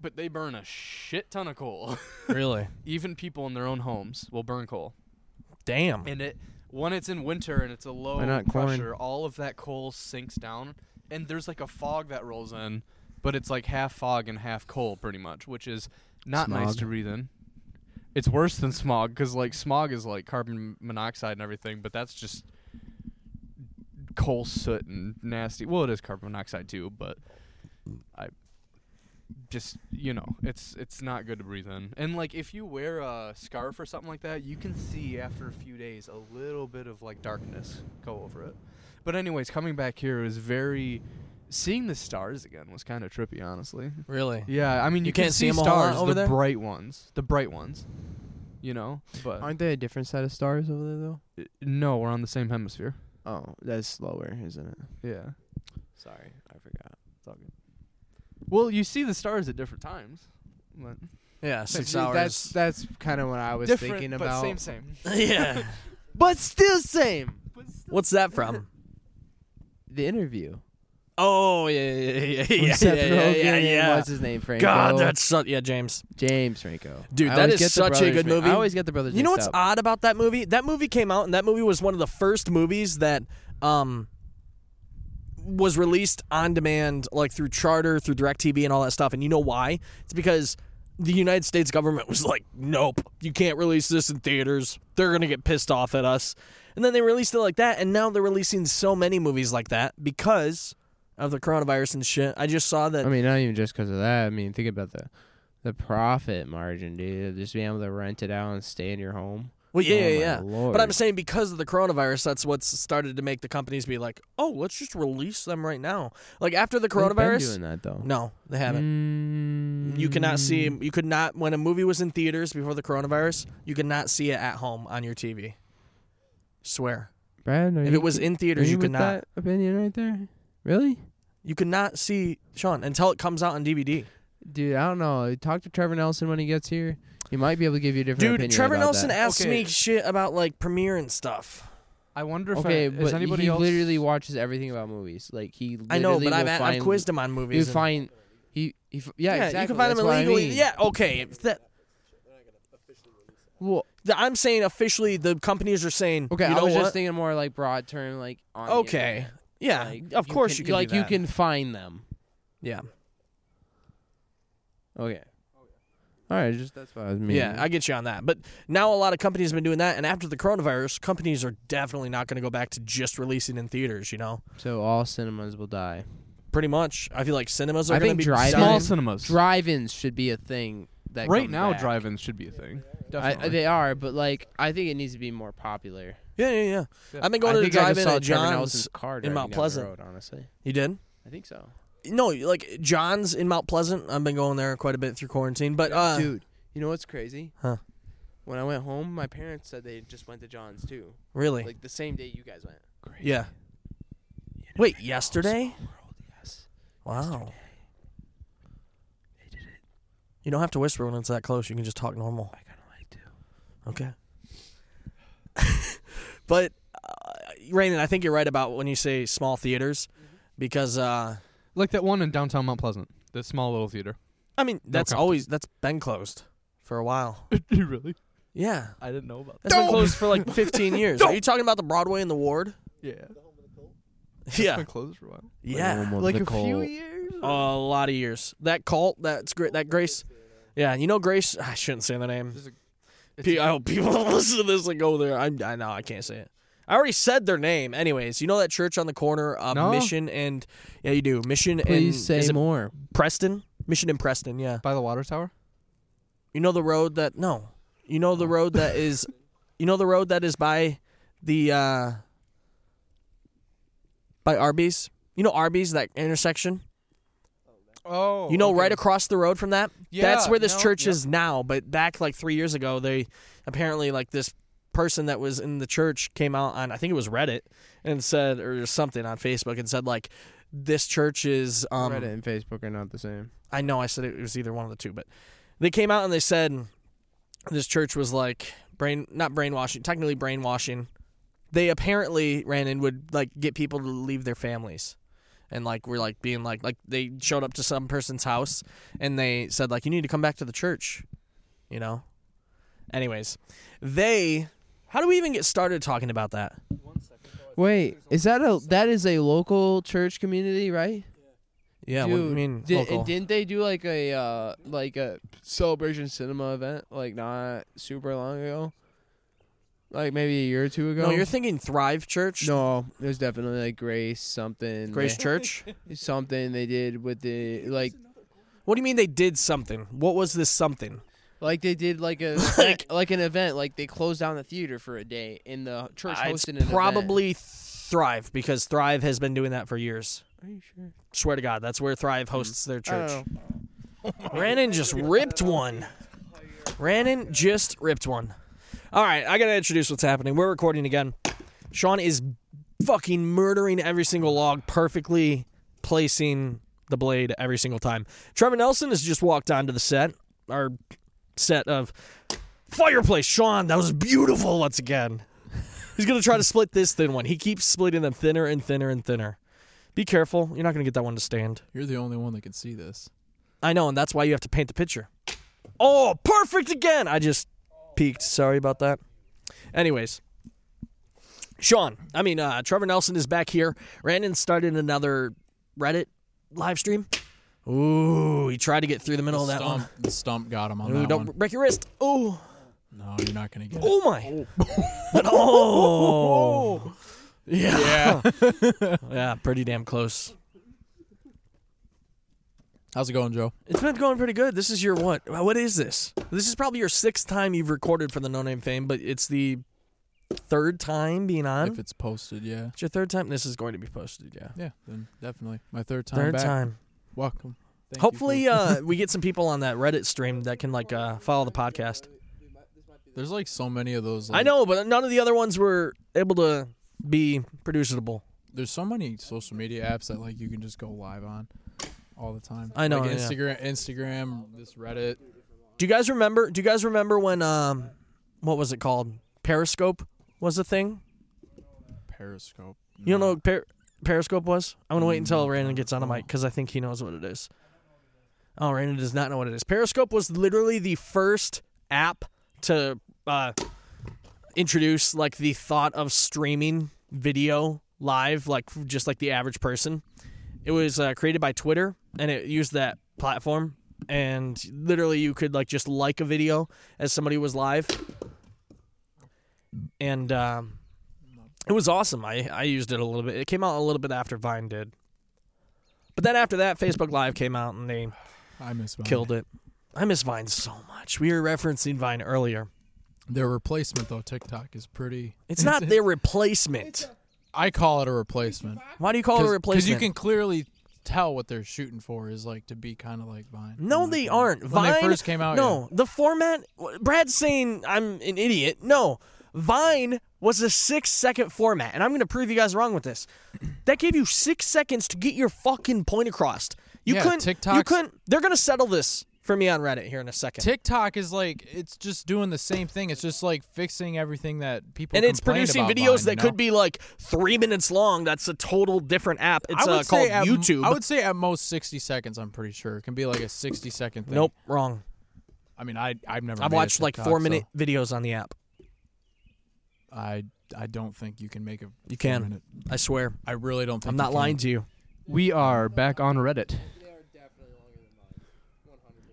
Speaker 3: but they burn a shit ton of coal.
Speaker 1: (laughs)
Speaker 3: (laughs)
Speaker 1: Really?
Speaker 3: Even people in their own homes will burn coal.
Speaker 1: Damn.
Speaker 3: And it when it's in winter and it's a low
Speaker 2: not corn?
Speaker 3: pressure, all of that coal sinks down and there's like a fog that rolls in, but it's like half fog and half coal pretty much, which is not nice
Speaker 2: Smog.
Speaker 3: to breathe in. It's worse than smog cuz like smog is like carbon monoxide and everything, but that's just coal soot and nasty. Well, it is carbon monoxide too, but I just you know it's it's not good to breathe in and like if you wear a scarf or something like that you can see after a few days a little bit of like darkness go over it but anyways coming back here was very seeing the stars again was kind of trippy honestly
Speaker 1: really?
Speaker 3: yeah i mean you,
Speaker 1: You
Speaker 3: can
Speaker 1: can't see 'em
Speaker 3: see
Speaker 1: a whole lot
Speaker 3: stars
Speaker 1: over
Speaker 3: the
Speaker 1: there?
Speaker 3: bright ones the bright ones you know but
Speaker 2: aren't they a different set of stars over there though?
Speaker 3: no we're on the same hemisphere
Speaker 2: Oh, that's slower, isn't it?
Speaker 3: yeah
Speaker 2: Sorry, I forgot.
Speaker 3: well you see the stars at different times but
Speaker 1: Yeah, six
Speaker 2: But
Speaker 1: hours.
Speaker 2: That's that's kind of what I was
Speaker 3: different
Speaker 2: thinking
Speaker 3: but
Speaker 2: about.
Speaker 3: same same
Speaker 1: (laughs) yeah.
Speaker 2: But still same.
Speaker 1: What's that (laughs) from?
Speaker 2: The interview.
Speaker 1: Oh, yeah, yeah, yeah, yeah, yeah,
Speaker 2: Seth
Speaker 1: yeah, yeah,
Speaker 2: Rogen
Speaker 1: yeah,
Speaker 2: and
Speaker 1: yeah.
Speaker 2: What's his name? Franco.
Speaker 1: God, that's so, yeah, James.
Speaker 2: James Franco.
Speaker 1: Dude,
Speaker 2: I
Speaker 1: that
Speaker 2: always
Speaker 1: is
Speaker 2: get the
Speaker 1: such a
Speaker 2: brothers
Speaker 1: good
Speaker 2: mi-
Speaker 1: movie.
Speaker 2: I always get the brothers.
Speaker 1: You know what's
Speaker 2: mixed up.
Speaker 1: odd about that movie? That movie came out, and that movie was one of the first movies that um, was released on demand, like through Charter, through DirecTV, and all that stuff. And you know why? It's because the United States government was like, "Nope, you can't release this in theaters. They're gonna get pissed off at us." And then they released it like that, and now they're releasing so many movies like that because of the coronavirus and shit. I just saw that.
Speaker 2: I mean, not even just because of that. I mean, think about the the profit margin, dude. Just being able to rent it out and stay in your home.
Speaker 1: Well, yeah, yeah,
Speaker 2: Oh, my
Speaker 1: yeah.
Speaker 2: Lord.
Speaker 1: But I'm saying because of the coronavirus, that's what's started to make the companies be like, oh, let's just release them right now. Like after the
Speaker 2: They've been
Speaker 1: coronavirus,
Speaker 2: doing that though.
Speaker 1: no, they haven't.
Speaker 2: Mm,
Speaker 1: You cannot see. You could not when a movie was in theaters before the coronavirus. You could not see it at home on your TV. Swear,
Speaker 2: Brad, are
Speaker 1: if
Speaker 2: you,
Speaker 1: it was in
Speaker 2: are
Speaker 1: theaters, you
Speaker 2: with
Speaker 1: could not.
Speaker 2: that opinion right there. Really?
Speaker 1: You could not see Sean until it comes out on DVD.
Speaker 2: Dude, I don't know. Talk to Trevor Nelson when he gets here. He might be able to give you a different
Speaker 1: Dude,
Speaker 2: opinion
Speaker 1: Trevor
Speaker 2: about
Speaker 1: Nelson
Speaker 2: that.
Speaker 1: asked me
Speaker 3: Okay.
Speaker 1: shit about like Premiere and stuff.
Speaker 3: I wonder if
Speaker 2: Okay,
Speaker 3: I,
Speaker 2: but
Speaker 3: is anybody
Speaker 2: he
Speaker 3: else
Speaker 2: literally watches everything about movies. Like he.
Speaker 1: I know,
Speaker 2: literally
Speaker 1: but I've,
Speaker 2: will
Speaker 1: at-
Speaker 2: find,
Speaker 1: I've quizzed him on
Speaker 2: You
Speaker 1: movies. and-
Speaker 2: find he, he f- yeah, exactly.
Speaker 1: you can find
Speaker 2: that's
Speaker 1: him
Speaker 2: what I
Speaker 1: illegally.
Speaker 2: mean.
Speaker 1: Yeah, okay. If that,
Speaker 2: Well,
Speaker 1: th- I'm saying officially, the companies are saying,
Speaker 2: okay.
Speaker 1: you know
Speaker 2: I was
Speaker 1: what?
Speaker 2: just thinking more like broad term, like on the
Speaker 1: okay,
Speaker 2: internet.
Speaker 1: yeah,
Speaker 2: Like,
Speaker 1: of course you can, do
Speaker 2: like
Speaker 1: that.
Speaker 2: you can find them.
Speaker 1: yeah,
Speaker 2: Okay. All right, just that's what I mean.
Speaker 1: yeah, I get you on that. But now a lot of companies have been doing that, and after the coronavirus, companies are definitely not going to go back to just releasing in theaters. You know,
Speaker 2: so all cinemas will die.
Speaker 1: pretty much. I feel like cinemas are
Speaker 2: I
Speaker 1: going to
Speaker 2: think
Speaker 1: be
Speaker 2: drive-in-
Speaker 1: selling-
Speaker 3: small
Speaker 2: Drive-in-
Speaker 3: cinemas
Speaker 2: Drive-ins should be a thing that
Speaker 3: right
Speaker 2: comes
Speaker 3: now?
Speaker 2: back.
Speaker 3: Drive-ins should be a thing.
Speaker 2: I,
Speaker 3: Definitely.
Speaker 2: I- they are, but like I think it needs to be more popular.
Speaker 1: Yeah, yeah, yeah.
Speaker 3: Yeah.
Speaker 1: I've been going
Speaker 2: I
Speaker 1: to the
Speaker 2: think I just
Speaker 1: drive-in
Speaker 2: saw
Speaker 1: at
Speaker 2: Trevor
Speaker 1: John's.
Speaker 2: Nelson's car
Speaker 1: in Mount
Speaker 2: driving down the
Speaker 1: Pleasant.
Speaker 2: road, honestly,
Speaker 1: You did?
Speaker 2: I think so.
Speaker 1: No, like John's in Mount Pleasant. I've been going there quite a bit through quarantine, but uh,
Speaker 2: Dude, you know what's crazy?
Speaker 1: Huh.
Speaker 2: When I went home, my parents said they just went to John's too,
Speaker 1: really,
Speaker 2: like the same day you guys went.
Speaker 1: yeah. Wait, yesterday?
Speaker 2: Yes.
Speaker 1: Wow. You don't have to whisper when it's that close. You can just talk normal.
Speaker 2: I kind of like to.
Speaker 1: Okay. (laughs) but, uh, Raymond, I think you're right about when you say small theaters
Speaker 2: Mm-hmm.
Speaker 1: because, uh,
Speaker 3: like that one in downtown Mount Pleasant, that small little theater. (laughs)
Speaker 1: I mean, that's
Speaker 3: contest.
Speaker 1: always, that's been closed for a
Speaker 2: (laughs)
Speaker 1: while.
Speaker 3: really?
Speaker 1: Yeah.
Speaker 3: I didn't know about
Speaker 1: that's been closed for like
Speaker 2: (laughs)
Speaker 1: 15 years. Are you talking about the Broadway and the Ward?
Speaker 3: that. Yeah,
Speaker 1: Yeah.
Speaker 3: been closed for a while.
Speaker 1: Yeah.
Speaker 3: Like a few years.
Speaker 1: A lot of years. That cult, that's great. That Grace. Yeah, you know Grace. I shouldn't say the name.
Speaker 3: There's a-
Speaker 1: P- I hope people (laughs) don't listen to this and go there. I, I know I can't say it. I already said their name. Anyways, you know that church on the corner of
Speaker 3: No.
Speaker 1: Mission and yeah, you do Mission and
Speaker 2: Please say
Speaker 1: is it
Speaker 2: more.
Speaker 1: Preston? Mission and Preston. Yeah,
Speaker 3: By the water tower.
Speaker 1: you know the road that no, you know the road that is, you know the road that is by the uh by Arby's. You know Arby's that intersection.
Speaker 3: Oh,
Speaker 1: You know, right across the road from that. that's
Speaker 3: Yeah,
Speaker 1: where this
Speaker 3: no,
Speaker 1: church
Speaker 3: yep.
Speaker 1: is now. But back like three years ago, they apparently like this person that was in the church came out on I think it was Reddit and said or something on Facebook and said like this church is um
Speaker 2: Reddit and Facebook are not the same.
Speaker 1: I know I said it was either one of the two, but they came out and they said this church was like brain not brainwashing, technically brainwashing. They apparently ran and would like get people to leave their families. And like were like being like like they showed up to some person's house and they said like you need to come back to the church, you know. Anyways, they how do we even get started talking about that?
Speaker 2: Wait, is that a that is a local church community, right?
Speaker 1: Yeah,
Speaker 2: Dude,
Speaker 1: what do you mean
Speaker 2: Did,
Speaker 1: local?
Speaker 2: And didn't they do like a uh, like a celebration cinema event like not super long ago? Like maybe a year or two ago.
Speaker 1: no, you're thinking Thrive Church,
Speaker 2: No, it was definitely like Grace something.
Speaker 1: Grace
Speaker 2: they-
Speaker 1: Church.
Speaker 2: something they did with the like
Speaker 1: What do you mean they did something? What was this something?
Speaker 2: like they did
Speaker 1: (laughs)
Speaker 2: like a like like an event like they closed down the theater for a day and the church
Speaker 1: Uh,
Speaker 2: hosted an
Speaker 1: it's
Speaker 2: event.
Speaker 1: probably Thrive because Thrive has been doing that for years.
Speaker 2: Are you sure? Hmm.
Speaker 1: Swear to God, that's where Thrive hosts their
Speaker 2: I
Speaker 1: church.
Speaker 2: don't know.
Speaker 1: (laughs)
Speaker 2: Oh.
Speaker 1: Rannon just ripped one. Rannon just ripped one. All right, I gotta introduce what's happening. We're recording again. Sean is fucking murdering every single log, perfectly placing the blade every single time. Trevor Nelson has just walked onto the set, our set of fireplace. Sean, that was beautiful once again. He's gonna try to split this thin one. He keeps splitting them thinner and thinner and thinner. Be careful, you're not gonna get that one to stand.
Speaker 7: You're the only one that can see this.
Speaker 1: I know, and that's why you have to paint the picture. Oh, perfect again. I just peeked. Sorry about that. Anyways, Sean, I mean, uh, Trevor Nelson is back here. Randon started another Reddit live stream. Ooh, he tried to get through the middle of Oh, that
Speaker 7: stump,
Speaker 1: one.
Speaker 7: The stump got him on
Speaker 1: Ooh,
Speaker 7: that
Speaker 1: don't
Speaker 7: one.
Speaker 1: break your wrist. Oh,
Speaker 7: No, you're not gonna get it.
Speaker 1: oh my. (laughs) oh. Yeah. Yeah. (laughs) pretty damn close.
Speaker 7: How's it going, Joe?
Speaker 1: It's been going pretty good. This is your what? What is this? This is probably your sixth time you've recorded for the No Name Fame, but it's the third time being on.
Speaker 7: If it's posted, yeah,
Speaker 1: it's your third time. This is going to be posted. Yeah,
Speaker 7: yeah, then definitely my third time.
Speaker 1: third
Speaker 7: back.
Speaker 1: time.
Speaker 7: Welcome. Thank you
Speaker 1: Hopefully, (laughs)
Speaker 7: for-
Speaker 1: uh, we get some people on that Reddit stream that can like uh, follow the podcast.
Speaker 7: there's like so many of those. Like,
Speaker 1: I know, but none of the other ones were able to be producible.
Speaker 7: There's so many social media apps that like you can just go live on. all the time.
Speaker 1: I know,
Speaker 7: Like
Speaker 1: I know.
Speaker 7: Instagram, Instagram, this Reddit.
Speaker 1: Do you guys remember? Do you guys remember when um, what was it called? Periscope was a thing.
Speaker 7: Periscope.
Speaker 1: You don't know what per- Periscope was? I'm gonna wait until Brandon gets on the mic because I think he knows what it is. Oh, Brandon does not know what it is. Periscope was literally the first app to uh, introduce like the thought of streaming video live, like just like the average person. It was uh, created by Twitter, and it used that platform. And literally, you could like just like a video as somebody was live, and um, it was awesome. I I used it a little bit. It came out a little bit after Vine did, but then after that, Facebook Live came out and they
Speaker 7: I miss Vine.
Speaker 1: killed it. I miss Vine so much. We were referencing Vine earlier.
Speaker 7: Their replacement though, TikTok is pretty.
Speaker 1: It's not their replacement.
Speaker 7: I call it a replacement.
Speaker 1: Why do you call it a replacement?
Speaker 7: you can clearly tell what they're shooting for is like to be kind of like Vine.
Speaker 1: No,
Speaker 7: Like,
Speaker 1: they aren't.
Speaker 7: Mm-hmm. When
Speaker 1: Vine
Speaker 7: they first came out,
Speaker 1: No, the format. Brad's saying I'm an idiot. No, Vine was a six-second format, and I'm going to prove you guys wrong with this. (clears throat) That gave you six seconds to get your fucking point across. You
Speaker 7: Yeah,
Speaker 1: couldn't. You
Speaker 7: TikTok's-
Speaker 1: couldn't. They're going to settle this for me on Reddit here in a second.
Speaker 7: TikTok is like it's just doing the same thing. It's just like fixing everything that people
Speaker 1: and it's
Speaker 7: complain
Speaker 1: producing
Speaker 7: about
Speaker 1: videos
Speaker 7: Vine,
Speaker 1: that
Speaker 7: you know?
Speaker 1: could be like three minutes long. That's a total different app. It's
Speaker 7: I would
Speaker 1: uh,
Speaker 7: say
Speaker 1: called
Speaker 7: at m-
Speaker 1: YouTube.
Speaker 7: I would say at most sixty seconds. I'm pretty sure it can be like a sixty second thing.
Speaker 1: nope, wrong.
Speaker 7: I mean, I I've never.
Speaker 1: I've
Speaker 7: made a
Speaker 1: watched like
Speaker 7: TikTok, so
Speaker 1: four-minute videos on the app.
Speaker 7: I I don't think you can make a.
Speaker 1: You can.
Speaker 7: four-minute-
Speaker 1: I swear.
Speaker 7: I really don't think
Speaker 1: I'm
Speaker 7: you
Speaker 1: not
Speaker 7: can.
Speaker 1: lying to you.
Speaker 3: We are back on Reddit.
Speaker 1: Well,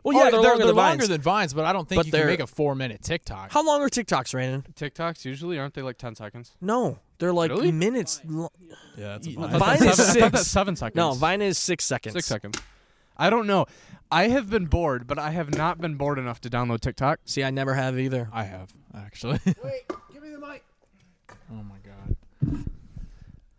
Speaker 7: Oh,
Speaker 1: yeah,
Speaker 7: yeah,
Speaker 1: they're,
Speaker 7: they're,
Speaker 1: longer
Speaker 7: they're
Speaker 1: than Vines.
Speaker 7: longer than vines, but I don't think
Speaker 1: But
Speaker 7: you can
Speaker 1: they're-
Speaker 7: make a four minute TikTok.
Speaker 1: How long are TikToks, Brandon?
Speaker 3: TikToks usually aren't they like ten seconds?
Speaker 1: No, they're like
Speaker 3: Really?
Speaker 1: minutes. Lo-
Speaker 7: yeah, that's a
Speaker 1: Y-
Speaker 7: vine.
Speaker 1: Vine
Speaker 7: (laughs)
Speaker 3: Seven-
Speaker 1: is
Speaker 3: I thought that's
Speaker 1: six.
Speaker 3: seven seconds.
Speaker 1: no, Vine is six seconds.
Speaker 3: Six seconds. I don't know. I have been bored, but I have not been bored enough to download TikTok.
Speaker 1: See, I never have either.
Speaker 7: I have actually. (laughs)
Speaker 2: Wait, give me the mic.
Speaker 7: oh my god.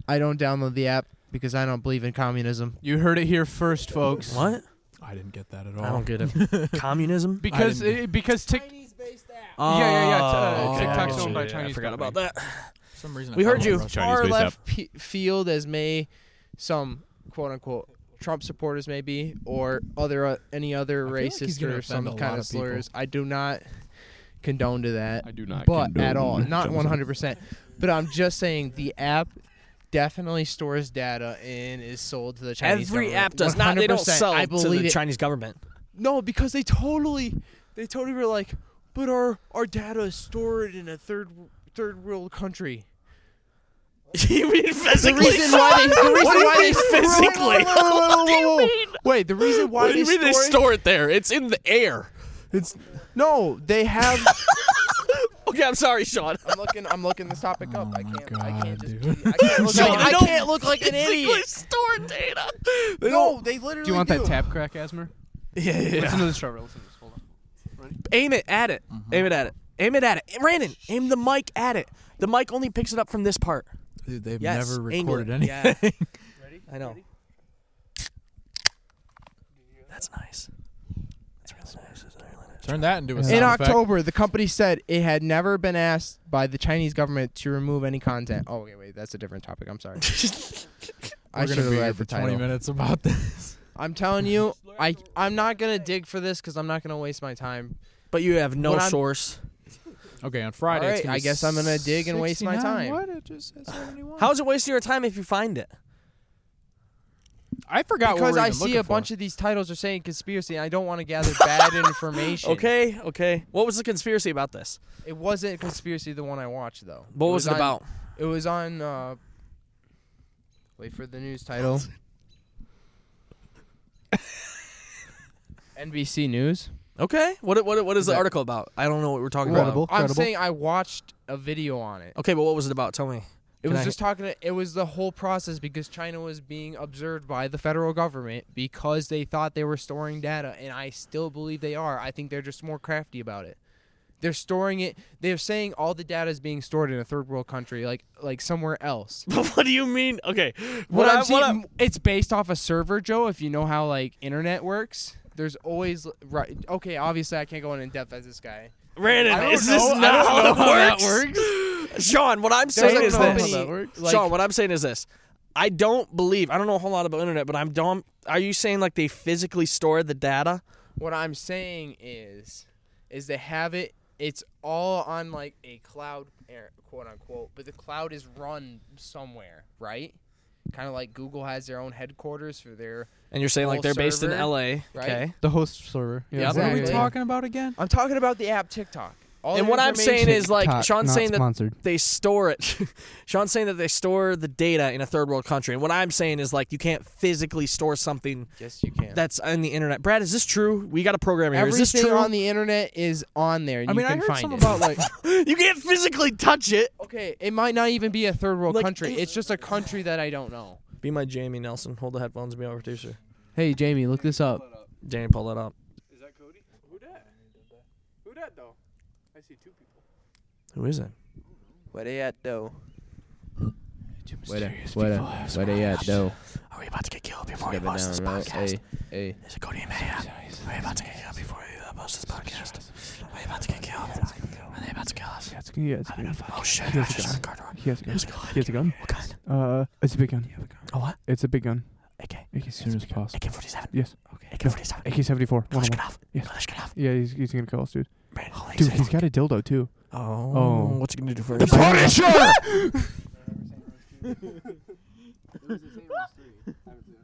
Speaker 2: I don't download the app because I don't believe in communism.
Speaker 3: You heard it here first, folks.
Speaker 1: What?
Speaker 7: I didn't get that at all.
Speaker 1: I don't get it. (laughs) Communism?
Speaker 3: Because
Speaker 7: I didn't-
Speaker 3: it, because Tik
Speaker 2: Chinese-based app.
Speaker 1: Oh,
Speaker 3: yeah, yeah, it's, uh,
Speaker 1: okay,
Speaker 7: TikTok's
Speaker 1: I get
Speaker 7: owned
Speaker 1: you.
Speaker 3: by
Speaker 1: Yeah, I
Speaker 3: Chinese
Speaker 1: forgot
Speaker 3: company.
Speaker 1: about that.
Speaker 7: For some reason I
Speaker 1: We
Speaker 7: thought
Speaker 1: heard
Speaker 7: it
Speaker 1: you.
Speaker 7: was Russia.
Speaker 2: far left p- field as may some quote unquote Trump supporters may be, or other uh, any other
Speaker 7: I feel like he's
Speaker 2: racist
Speaker 7: gonna
Speaker 2: or some
Speaker 7: offend a lot
Speaker 2: kind of
Speaker 7: of people.
Speaker 2: slurs. I do not condone to that,
Speaker 3: I do not.
Speaker 2: but at (laughs) all, not one hundred percent. But I'm just saying the app definitely stores data and is sold to the Chinese.
Speaker 1: Every
Speaker 2: government.
Speaker 1: app does not. They don't
Speaker 2: 100%.
Speaker 1: sell
Speaker 2: I
Speaker 1: to
Speaker 2: believe
Speaker 1: the
Speaker 2: it.
Speaker 1: Chinese government.
Speaker 2: No, because they totally, they totally were like, but our our data is stored in a third third world country.
Speaker 1: (laughs) you mean
Speaker 2: The
Speaker 1: physically?
Speaker 2: reason why they,
Speaker 1: (laughs)
Speaker 2: the reason
Speaker 1: What do you
Speaker 2: why
Speaker 1: mean
Speaker 2: they (laughs) store-
Speaker 1: physically?
Speaker 2: Whoa, whoa, whoa,
Speaker 1: What
Speaker 2: whoa, whoa,
Speaker 1: do you
Speaker 2: whoa, whoa.
Speaker 1: mean?
Speaker 2: (laughs) Wait, the reason why
Speaker 1: What do you mean
Speaker 2: they
Speaker 1: they
Speaker 2: store,
Speaker 1: store it there? It's in the air. It's
Speaker 2: No, they
Speaker 1: (laughs)
Speaker 2: have.
Speaker 1: okay. I'm sorry, Sean.
Speaker 2: I'm looking. I'm looking this topic up.
Speaker 7: Oh
Speaker 2: I
Speaker 7: my
Speaker 2: can't. I
Speaker 7: God,
Speaker 2: can't just.
Speaker 7: dude.
Speaker 2: I can't look,
Speaker 1: John,
Speaker 2: like,
Speaker 1: I
Speaker 2: I
Speaker 1: don't
Speaker 2: can't look like an
Speaker 1: Physically
Speaker 2: idiot.
Speaker 1: store data. They
Speaker 2: No,
Speaker 1: don't-
Speaker 2: they literally
Speaker 3: Do you want
Speaker 2: do.
Speaker 3: that tap crack, (laughs) Asmer?
Speaker 1: Yeah, yeah, yeah.
Speaker 3: Listen to this, Trevor. Listen to this. Hold on.
Speaker 1: aim it at it. Aim it at it. Aim it at it. Brandon, aim the mic at it. The mic only picks it up from this part.
Speaker 7: Dude, they've
Speaker 1: Yes,
Speaker 7: never
Speaker 1: angle
Speaker 7: recorded
Speaker 1: it.
Speaker 7: anything.
Speaker 1: Yeah. (laughs) I know. That's nice. That's really nice. That's really nice.
Speaker 7: Turn that into a sound
Speaker 2: In
Speaker 7: effect.
Speaker 2: October, the company said it had never been asked by the Chinese government to remove any content. Oh, okay, wait, that's a different topic. I'm
Speaker 1: (laughs)
Speaker 2: sorry. I
Speaker 7: We're
Speaker 2: should
Speaker 7: gonna
Speaker 2: have
Speaker 7: be here
Speaker 2: read the
Speaker 7: for 20
Speaker 2: title.
Speaker 7: minutes about (laughs) this.
Speaker 2: I'm telling you,
Speaker 1: (laughs)
Speaker 2: I I'm not gonna dig for this because I'm not gonna waste my time.
Speaker 1: But you have no
Speaker 2: When I'm-
Speaker 1: source.
Speaker 7: Okay, on Friday.
Speaker 2: Alright,
Speaker 7: it's gonna
Speaker 2: I
Speaker 7: be
Speaker 2: guess I'm gonna dig and waste my
Speaker 7: 69.
Speaker 2: time.
Speaker 7: What? It just says 71.
Speaker 1: How is it wasting your time if you find it?
Speaker 7: I forgot
Speaker 2: because
Speaker 7: what
Speaker 2: I see a bunch of these titles are saying conspiracy, and I don't want to gather bad information.
Speaker 1: Okay, okay. What was the conspiracy about this?
Speaker 2: It wasn't conspiracy the one I watched though.
Speaker 1: What was, it
Speaker 2: on-
Speaker 1: about?
Speaker 2: It was on. Uh, wait for the news title. NBC News.
Speaker 1: Okay. What what what is the
Speaker 2: That-
Speaker 1: article about? I don't know what we're talking
Speaker 7: Credible.
Speaker 1: about.
Speaker 2: I'm saying I watched a video on it.
Speaker 1: Okay, but what was it about? (laughs) Tell me.
Speaker 2: It
Speaker 1: Can
Speaker 2: was
Speaker 1: I-
Speaker 2: just talking. To, it was the whole process because China was being observed by the federal government because they thought they were storing data, and I still believe they are. I think they're just more crafty about it. They're storing it. They're saying all the data is being stored in a third world country, like like somewhere else.
Speaker 1: what do you mean? Okay.
Speaker 2: What,
Speaker 1: What I-
Speaker 2: I'm
Speaker 1: what
Speaker 2: seeing,
Speaker 1: I'm-
Speaker 2: it's based off a server, Joe. If you know how like internet works, there's always right. Okay, obviously I can't go in in depth as this guy.
Speaker 1: Brandon,
Speaker 2: I don't
Speaker 1: is this
Speaker 2: know- I
Speaker 1: not
Speaker 2: don't
Speaker 1: how,
Speaker 2: know
Speaker 1: it
Speaker 2: how that
Speaker 1: works? Sean, what I'm
Speaker 2: There's
Speaker 1: saying
Speaker 2: a
Speaker 1: is
Speaker 2: company,
Speaker 1: this.
Speaker 2: like,
Speaker 1: Sean, what I'm saying is this. I don't believe. I don't know a whole lot about internet, but I'm dumb. Are you saying like they physically store the data?
Speaker 2: What I'm saying is, is they have it. It's all on like a cloud, air- quote unquote, but the cloud is run somewhere, right? Kind of like Google has their own headquarters for their.
Speaker 1: And you're saying like
Speaker 2: Whole
Speaker 1: they're based in
Speaker 2: server,
Speaker 1: LA,
Speaker 2: right?
Speaker 1: okay?
Speaker 3: The host server.
Speaker 1: Yeah,
Speaker 7: What are we
Speaker 2: Exactly.
Speaker 7: talking about again?
Speaker 2: I'm talking about the app TikTok. All
Speaker 1: And
Speaker 2: your
Speaker 1: what I'm saying
Speaker 2: information-
Speaker 1: is like Sean's saying that
Speaker 3: sponsored.
Speaker 1: they store it. (laughs) Sean's saying that they store the data in a third world country. And what I'm saying is like you can't physically store something
Speaker 2: yes, you can.
Speaker 1: that's on the internet. Brad, is this true? We got a program here. Is
Speaker 2: Everything
Speaker 1: this true?
Speaker 2: on the internet is on there. And
Speaker 7: I
Speaker 2: you
Speaker 7: mean, I
Speaker 2: can
Speaker 7: heard
Speaker 2: find
Speaker 7: some
Speaker 2: it.
Speaker 7: about like
Speaker 1: (laughs) you can't physically touch it.
Speaker 2: (laughs) Okay, it might not even be a third world
Speaker 1: Like,
Speaker 2: country.
Speaker 1: it-
Speaker 2: It's just a country that I don't know.
Speaker 1: Be my Jamie Nelson. Hold the headphones and be our producer.
Speaker 2: Hey, Jamie, look this up.
Speaker 1: Jamie, pull that up.
Speaker 4: Is that Cody? Who that? Who that though? I see two people.
Speaker 1: Who is it?
Speaker 2: Where they at though? Where they,
Speaker 1: mysterious
Speaker 2: where they,
Speaker 1: people have
Speaker 2: where they at
Speaker 1: survived.
Speaker 2: though?
Speaker 1: Are we about to get killed before
Speaker 2: Never know, right? Hey, hey.
Speaker 1: Is it Cody and Mayhem? Are we about to get killed before we post this podcast? Are we about to get killed? Are they about to kill us? Oh
Speaker 3: (laughs)
Speaker 1: shit! I just heard a car door.
Speaker 3: He has a gun.
Speaker 1: Who's gun?
Speaker 3: He has a gun.
Speaker 1: What kind?
Speaker 3: Uh, it's a big gun.
Speaker 1: Oh what?
Speaker 3: It's a big gun.
Speaker 1: AK.
Speaker 3: As soon as possible.
Speaker 1: AK-47.
Speaker 3: Yes.
Speaker 1: Okay. AK-47.
Speaker 3: AK-74. One on one.
Speaker 1: Kalashnikov.
Speaker 3: Yes.
Speaker 1: Kalashnikov.
Speaker 3: Yeah, he's, he's gonna kill us, dude.
Speaker 1: Man, holy
Speaker 3: Dude,
Speaker 1: shit.
Speaker 3: he's got a dildo too.
Speaker 1: Oh.
Speaker 3: Oh.
Speaker 1: What's he gonna do first? (laughs)
Speaker 7: Punisher.
Speaker 4: It was the same as three. I was doing.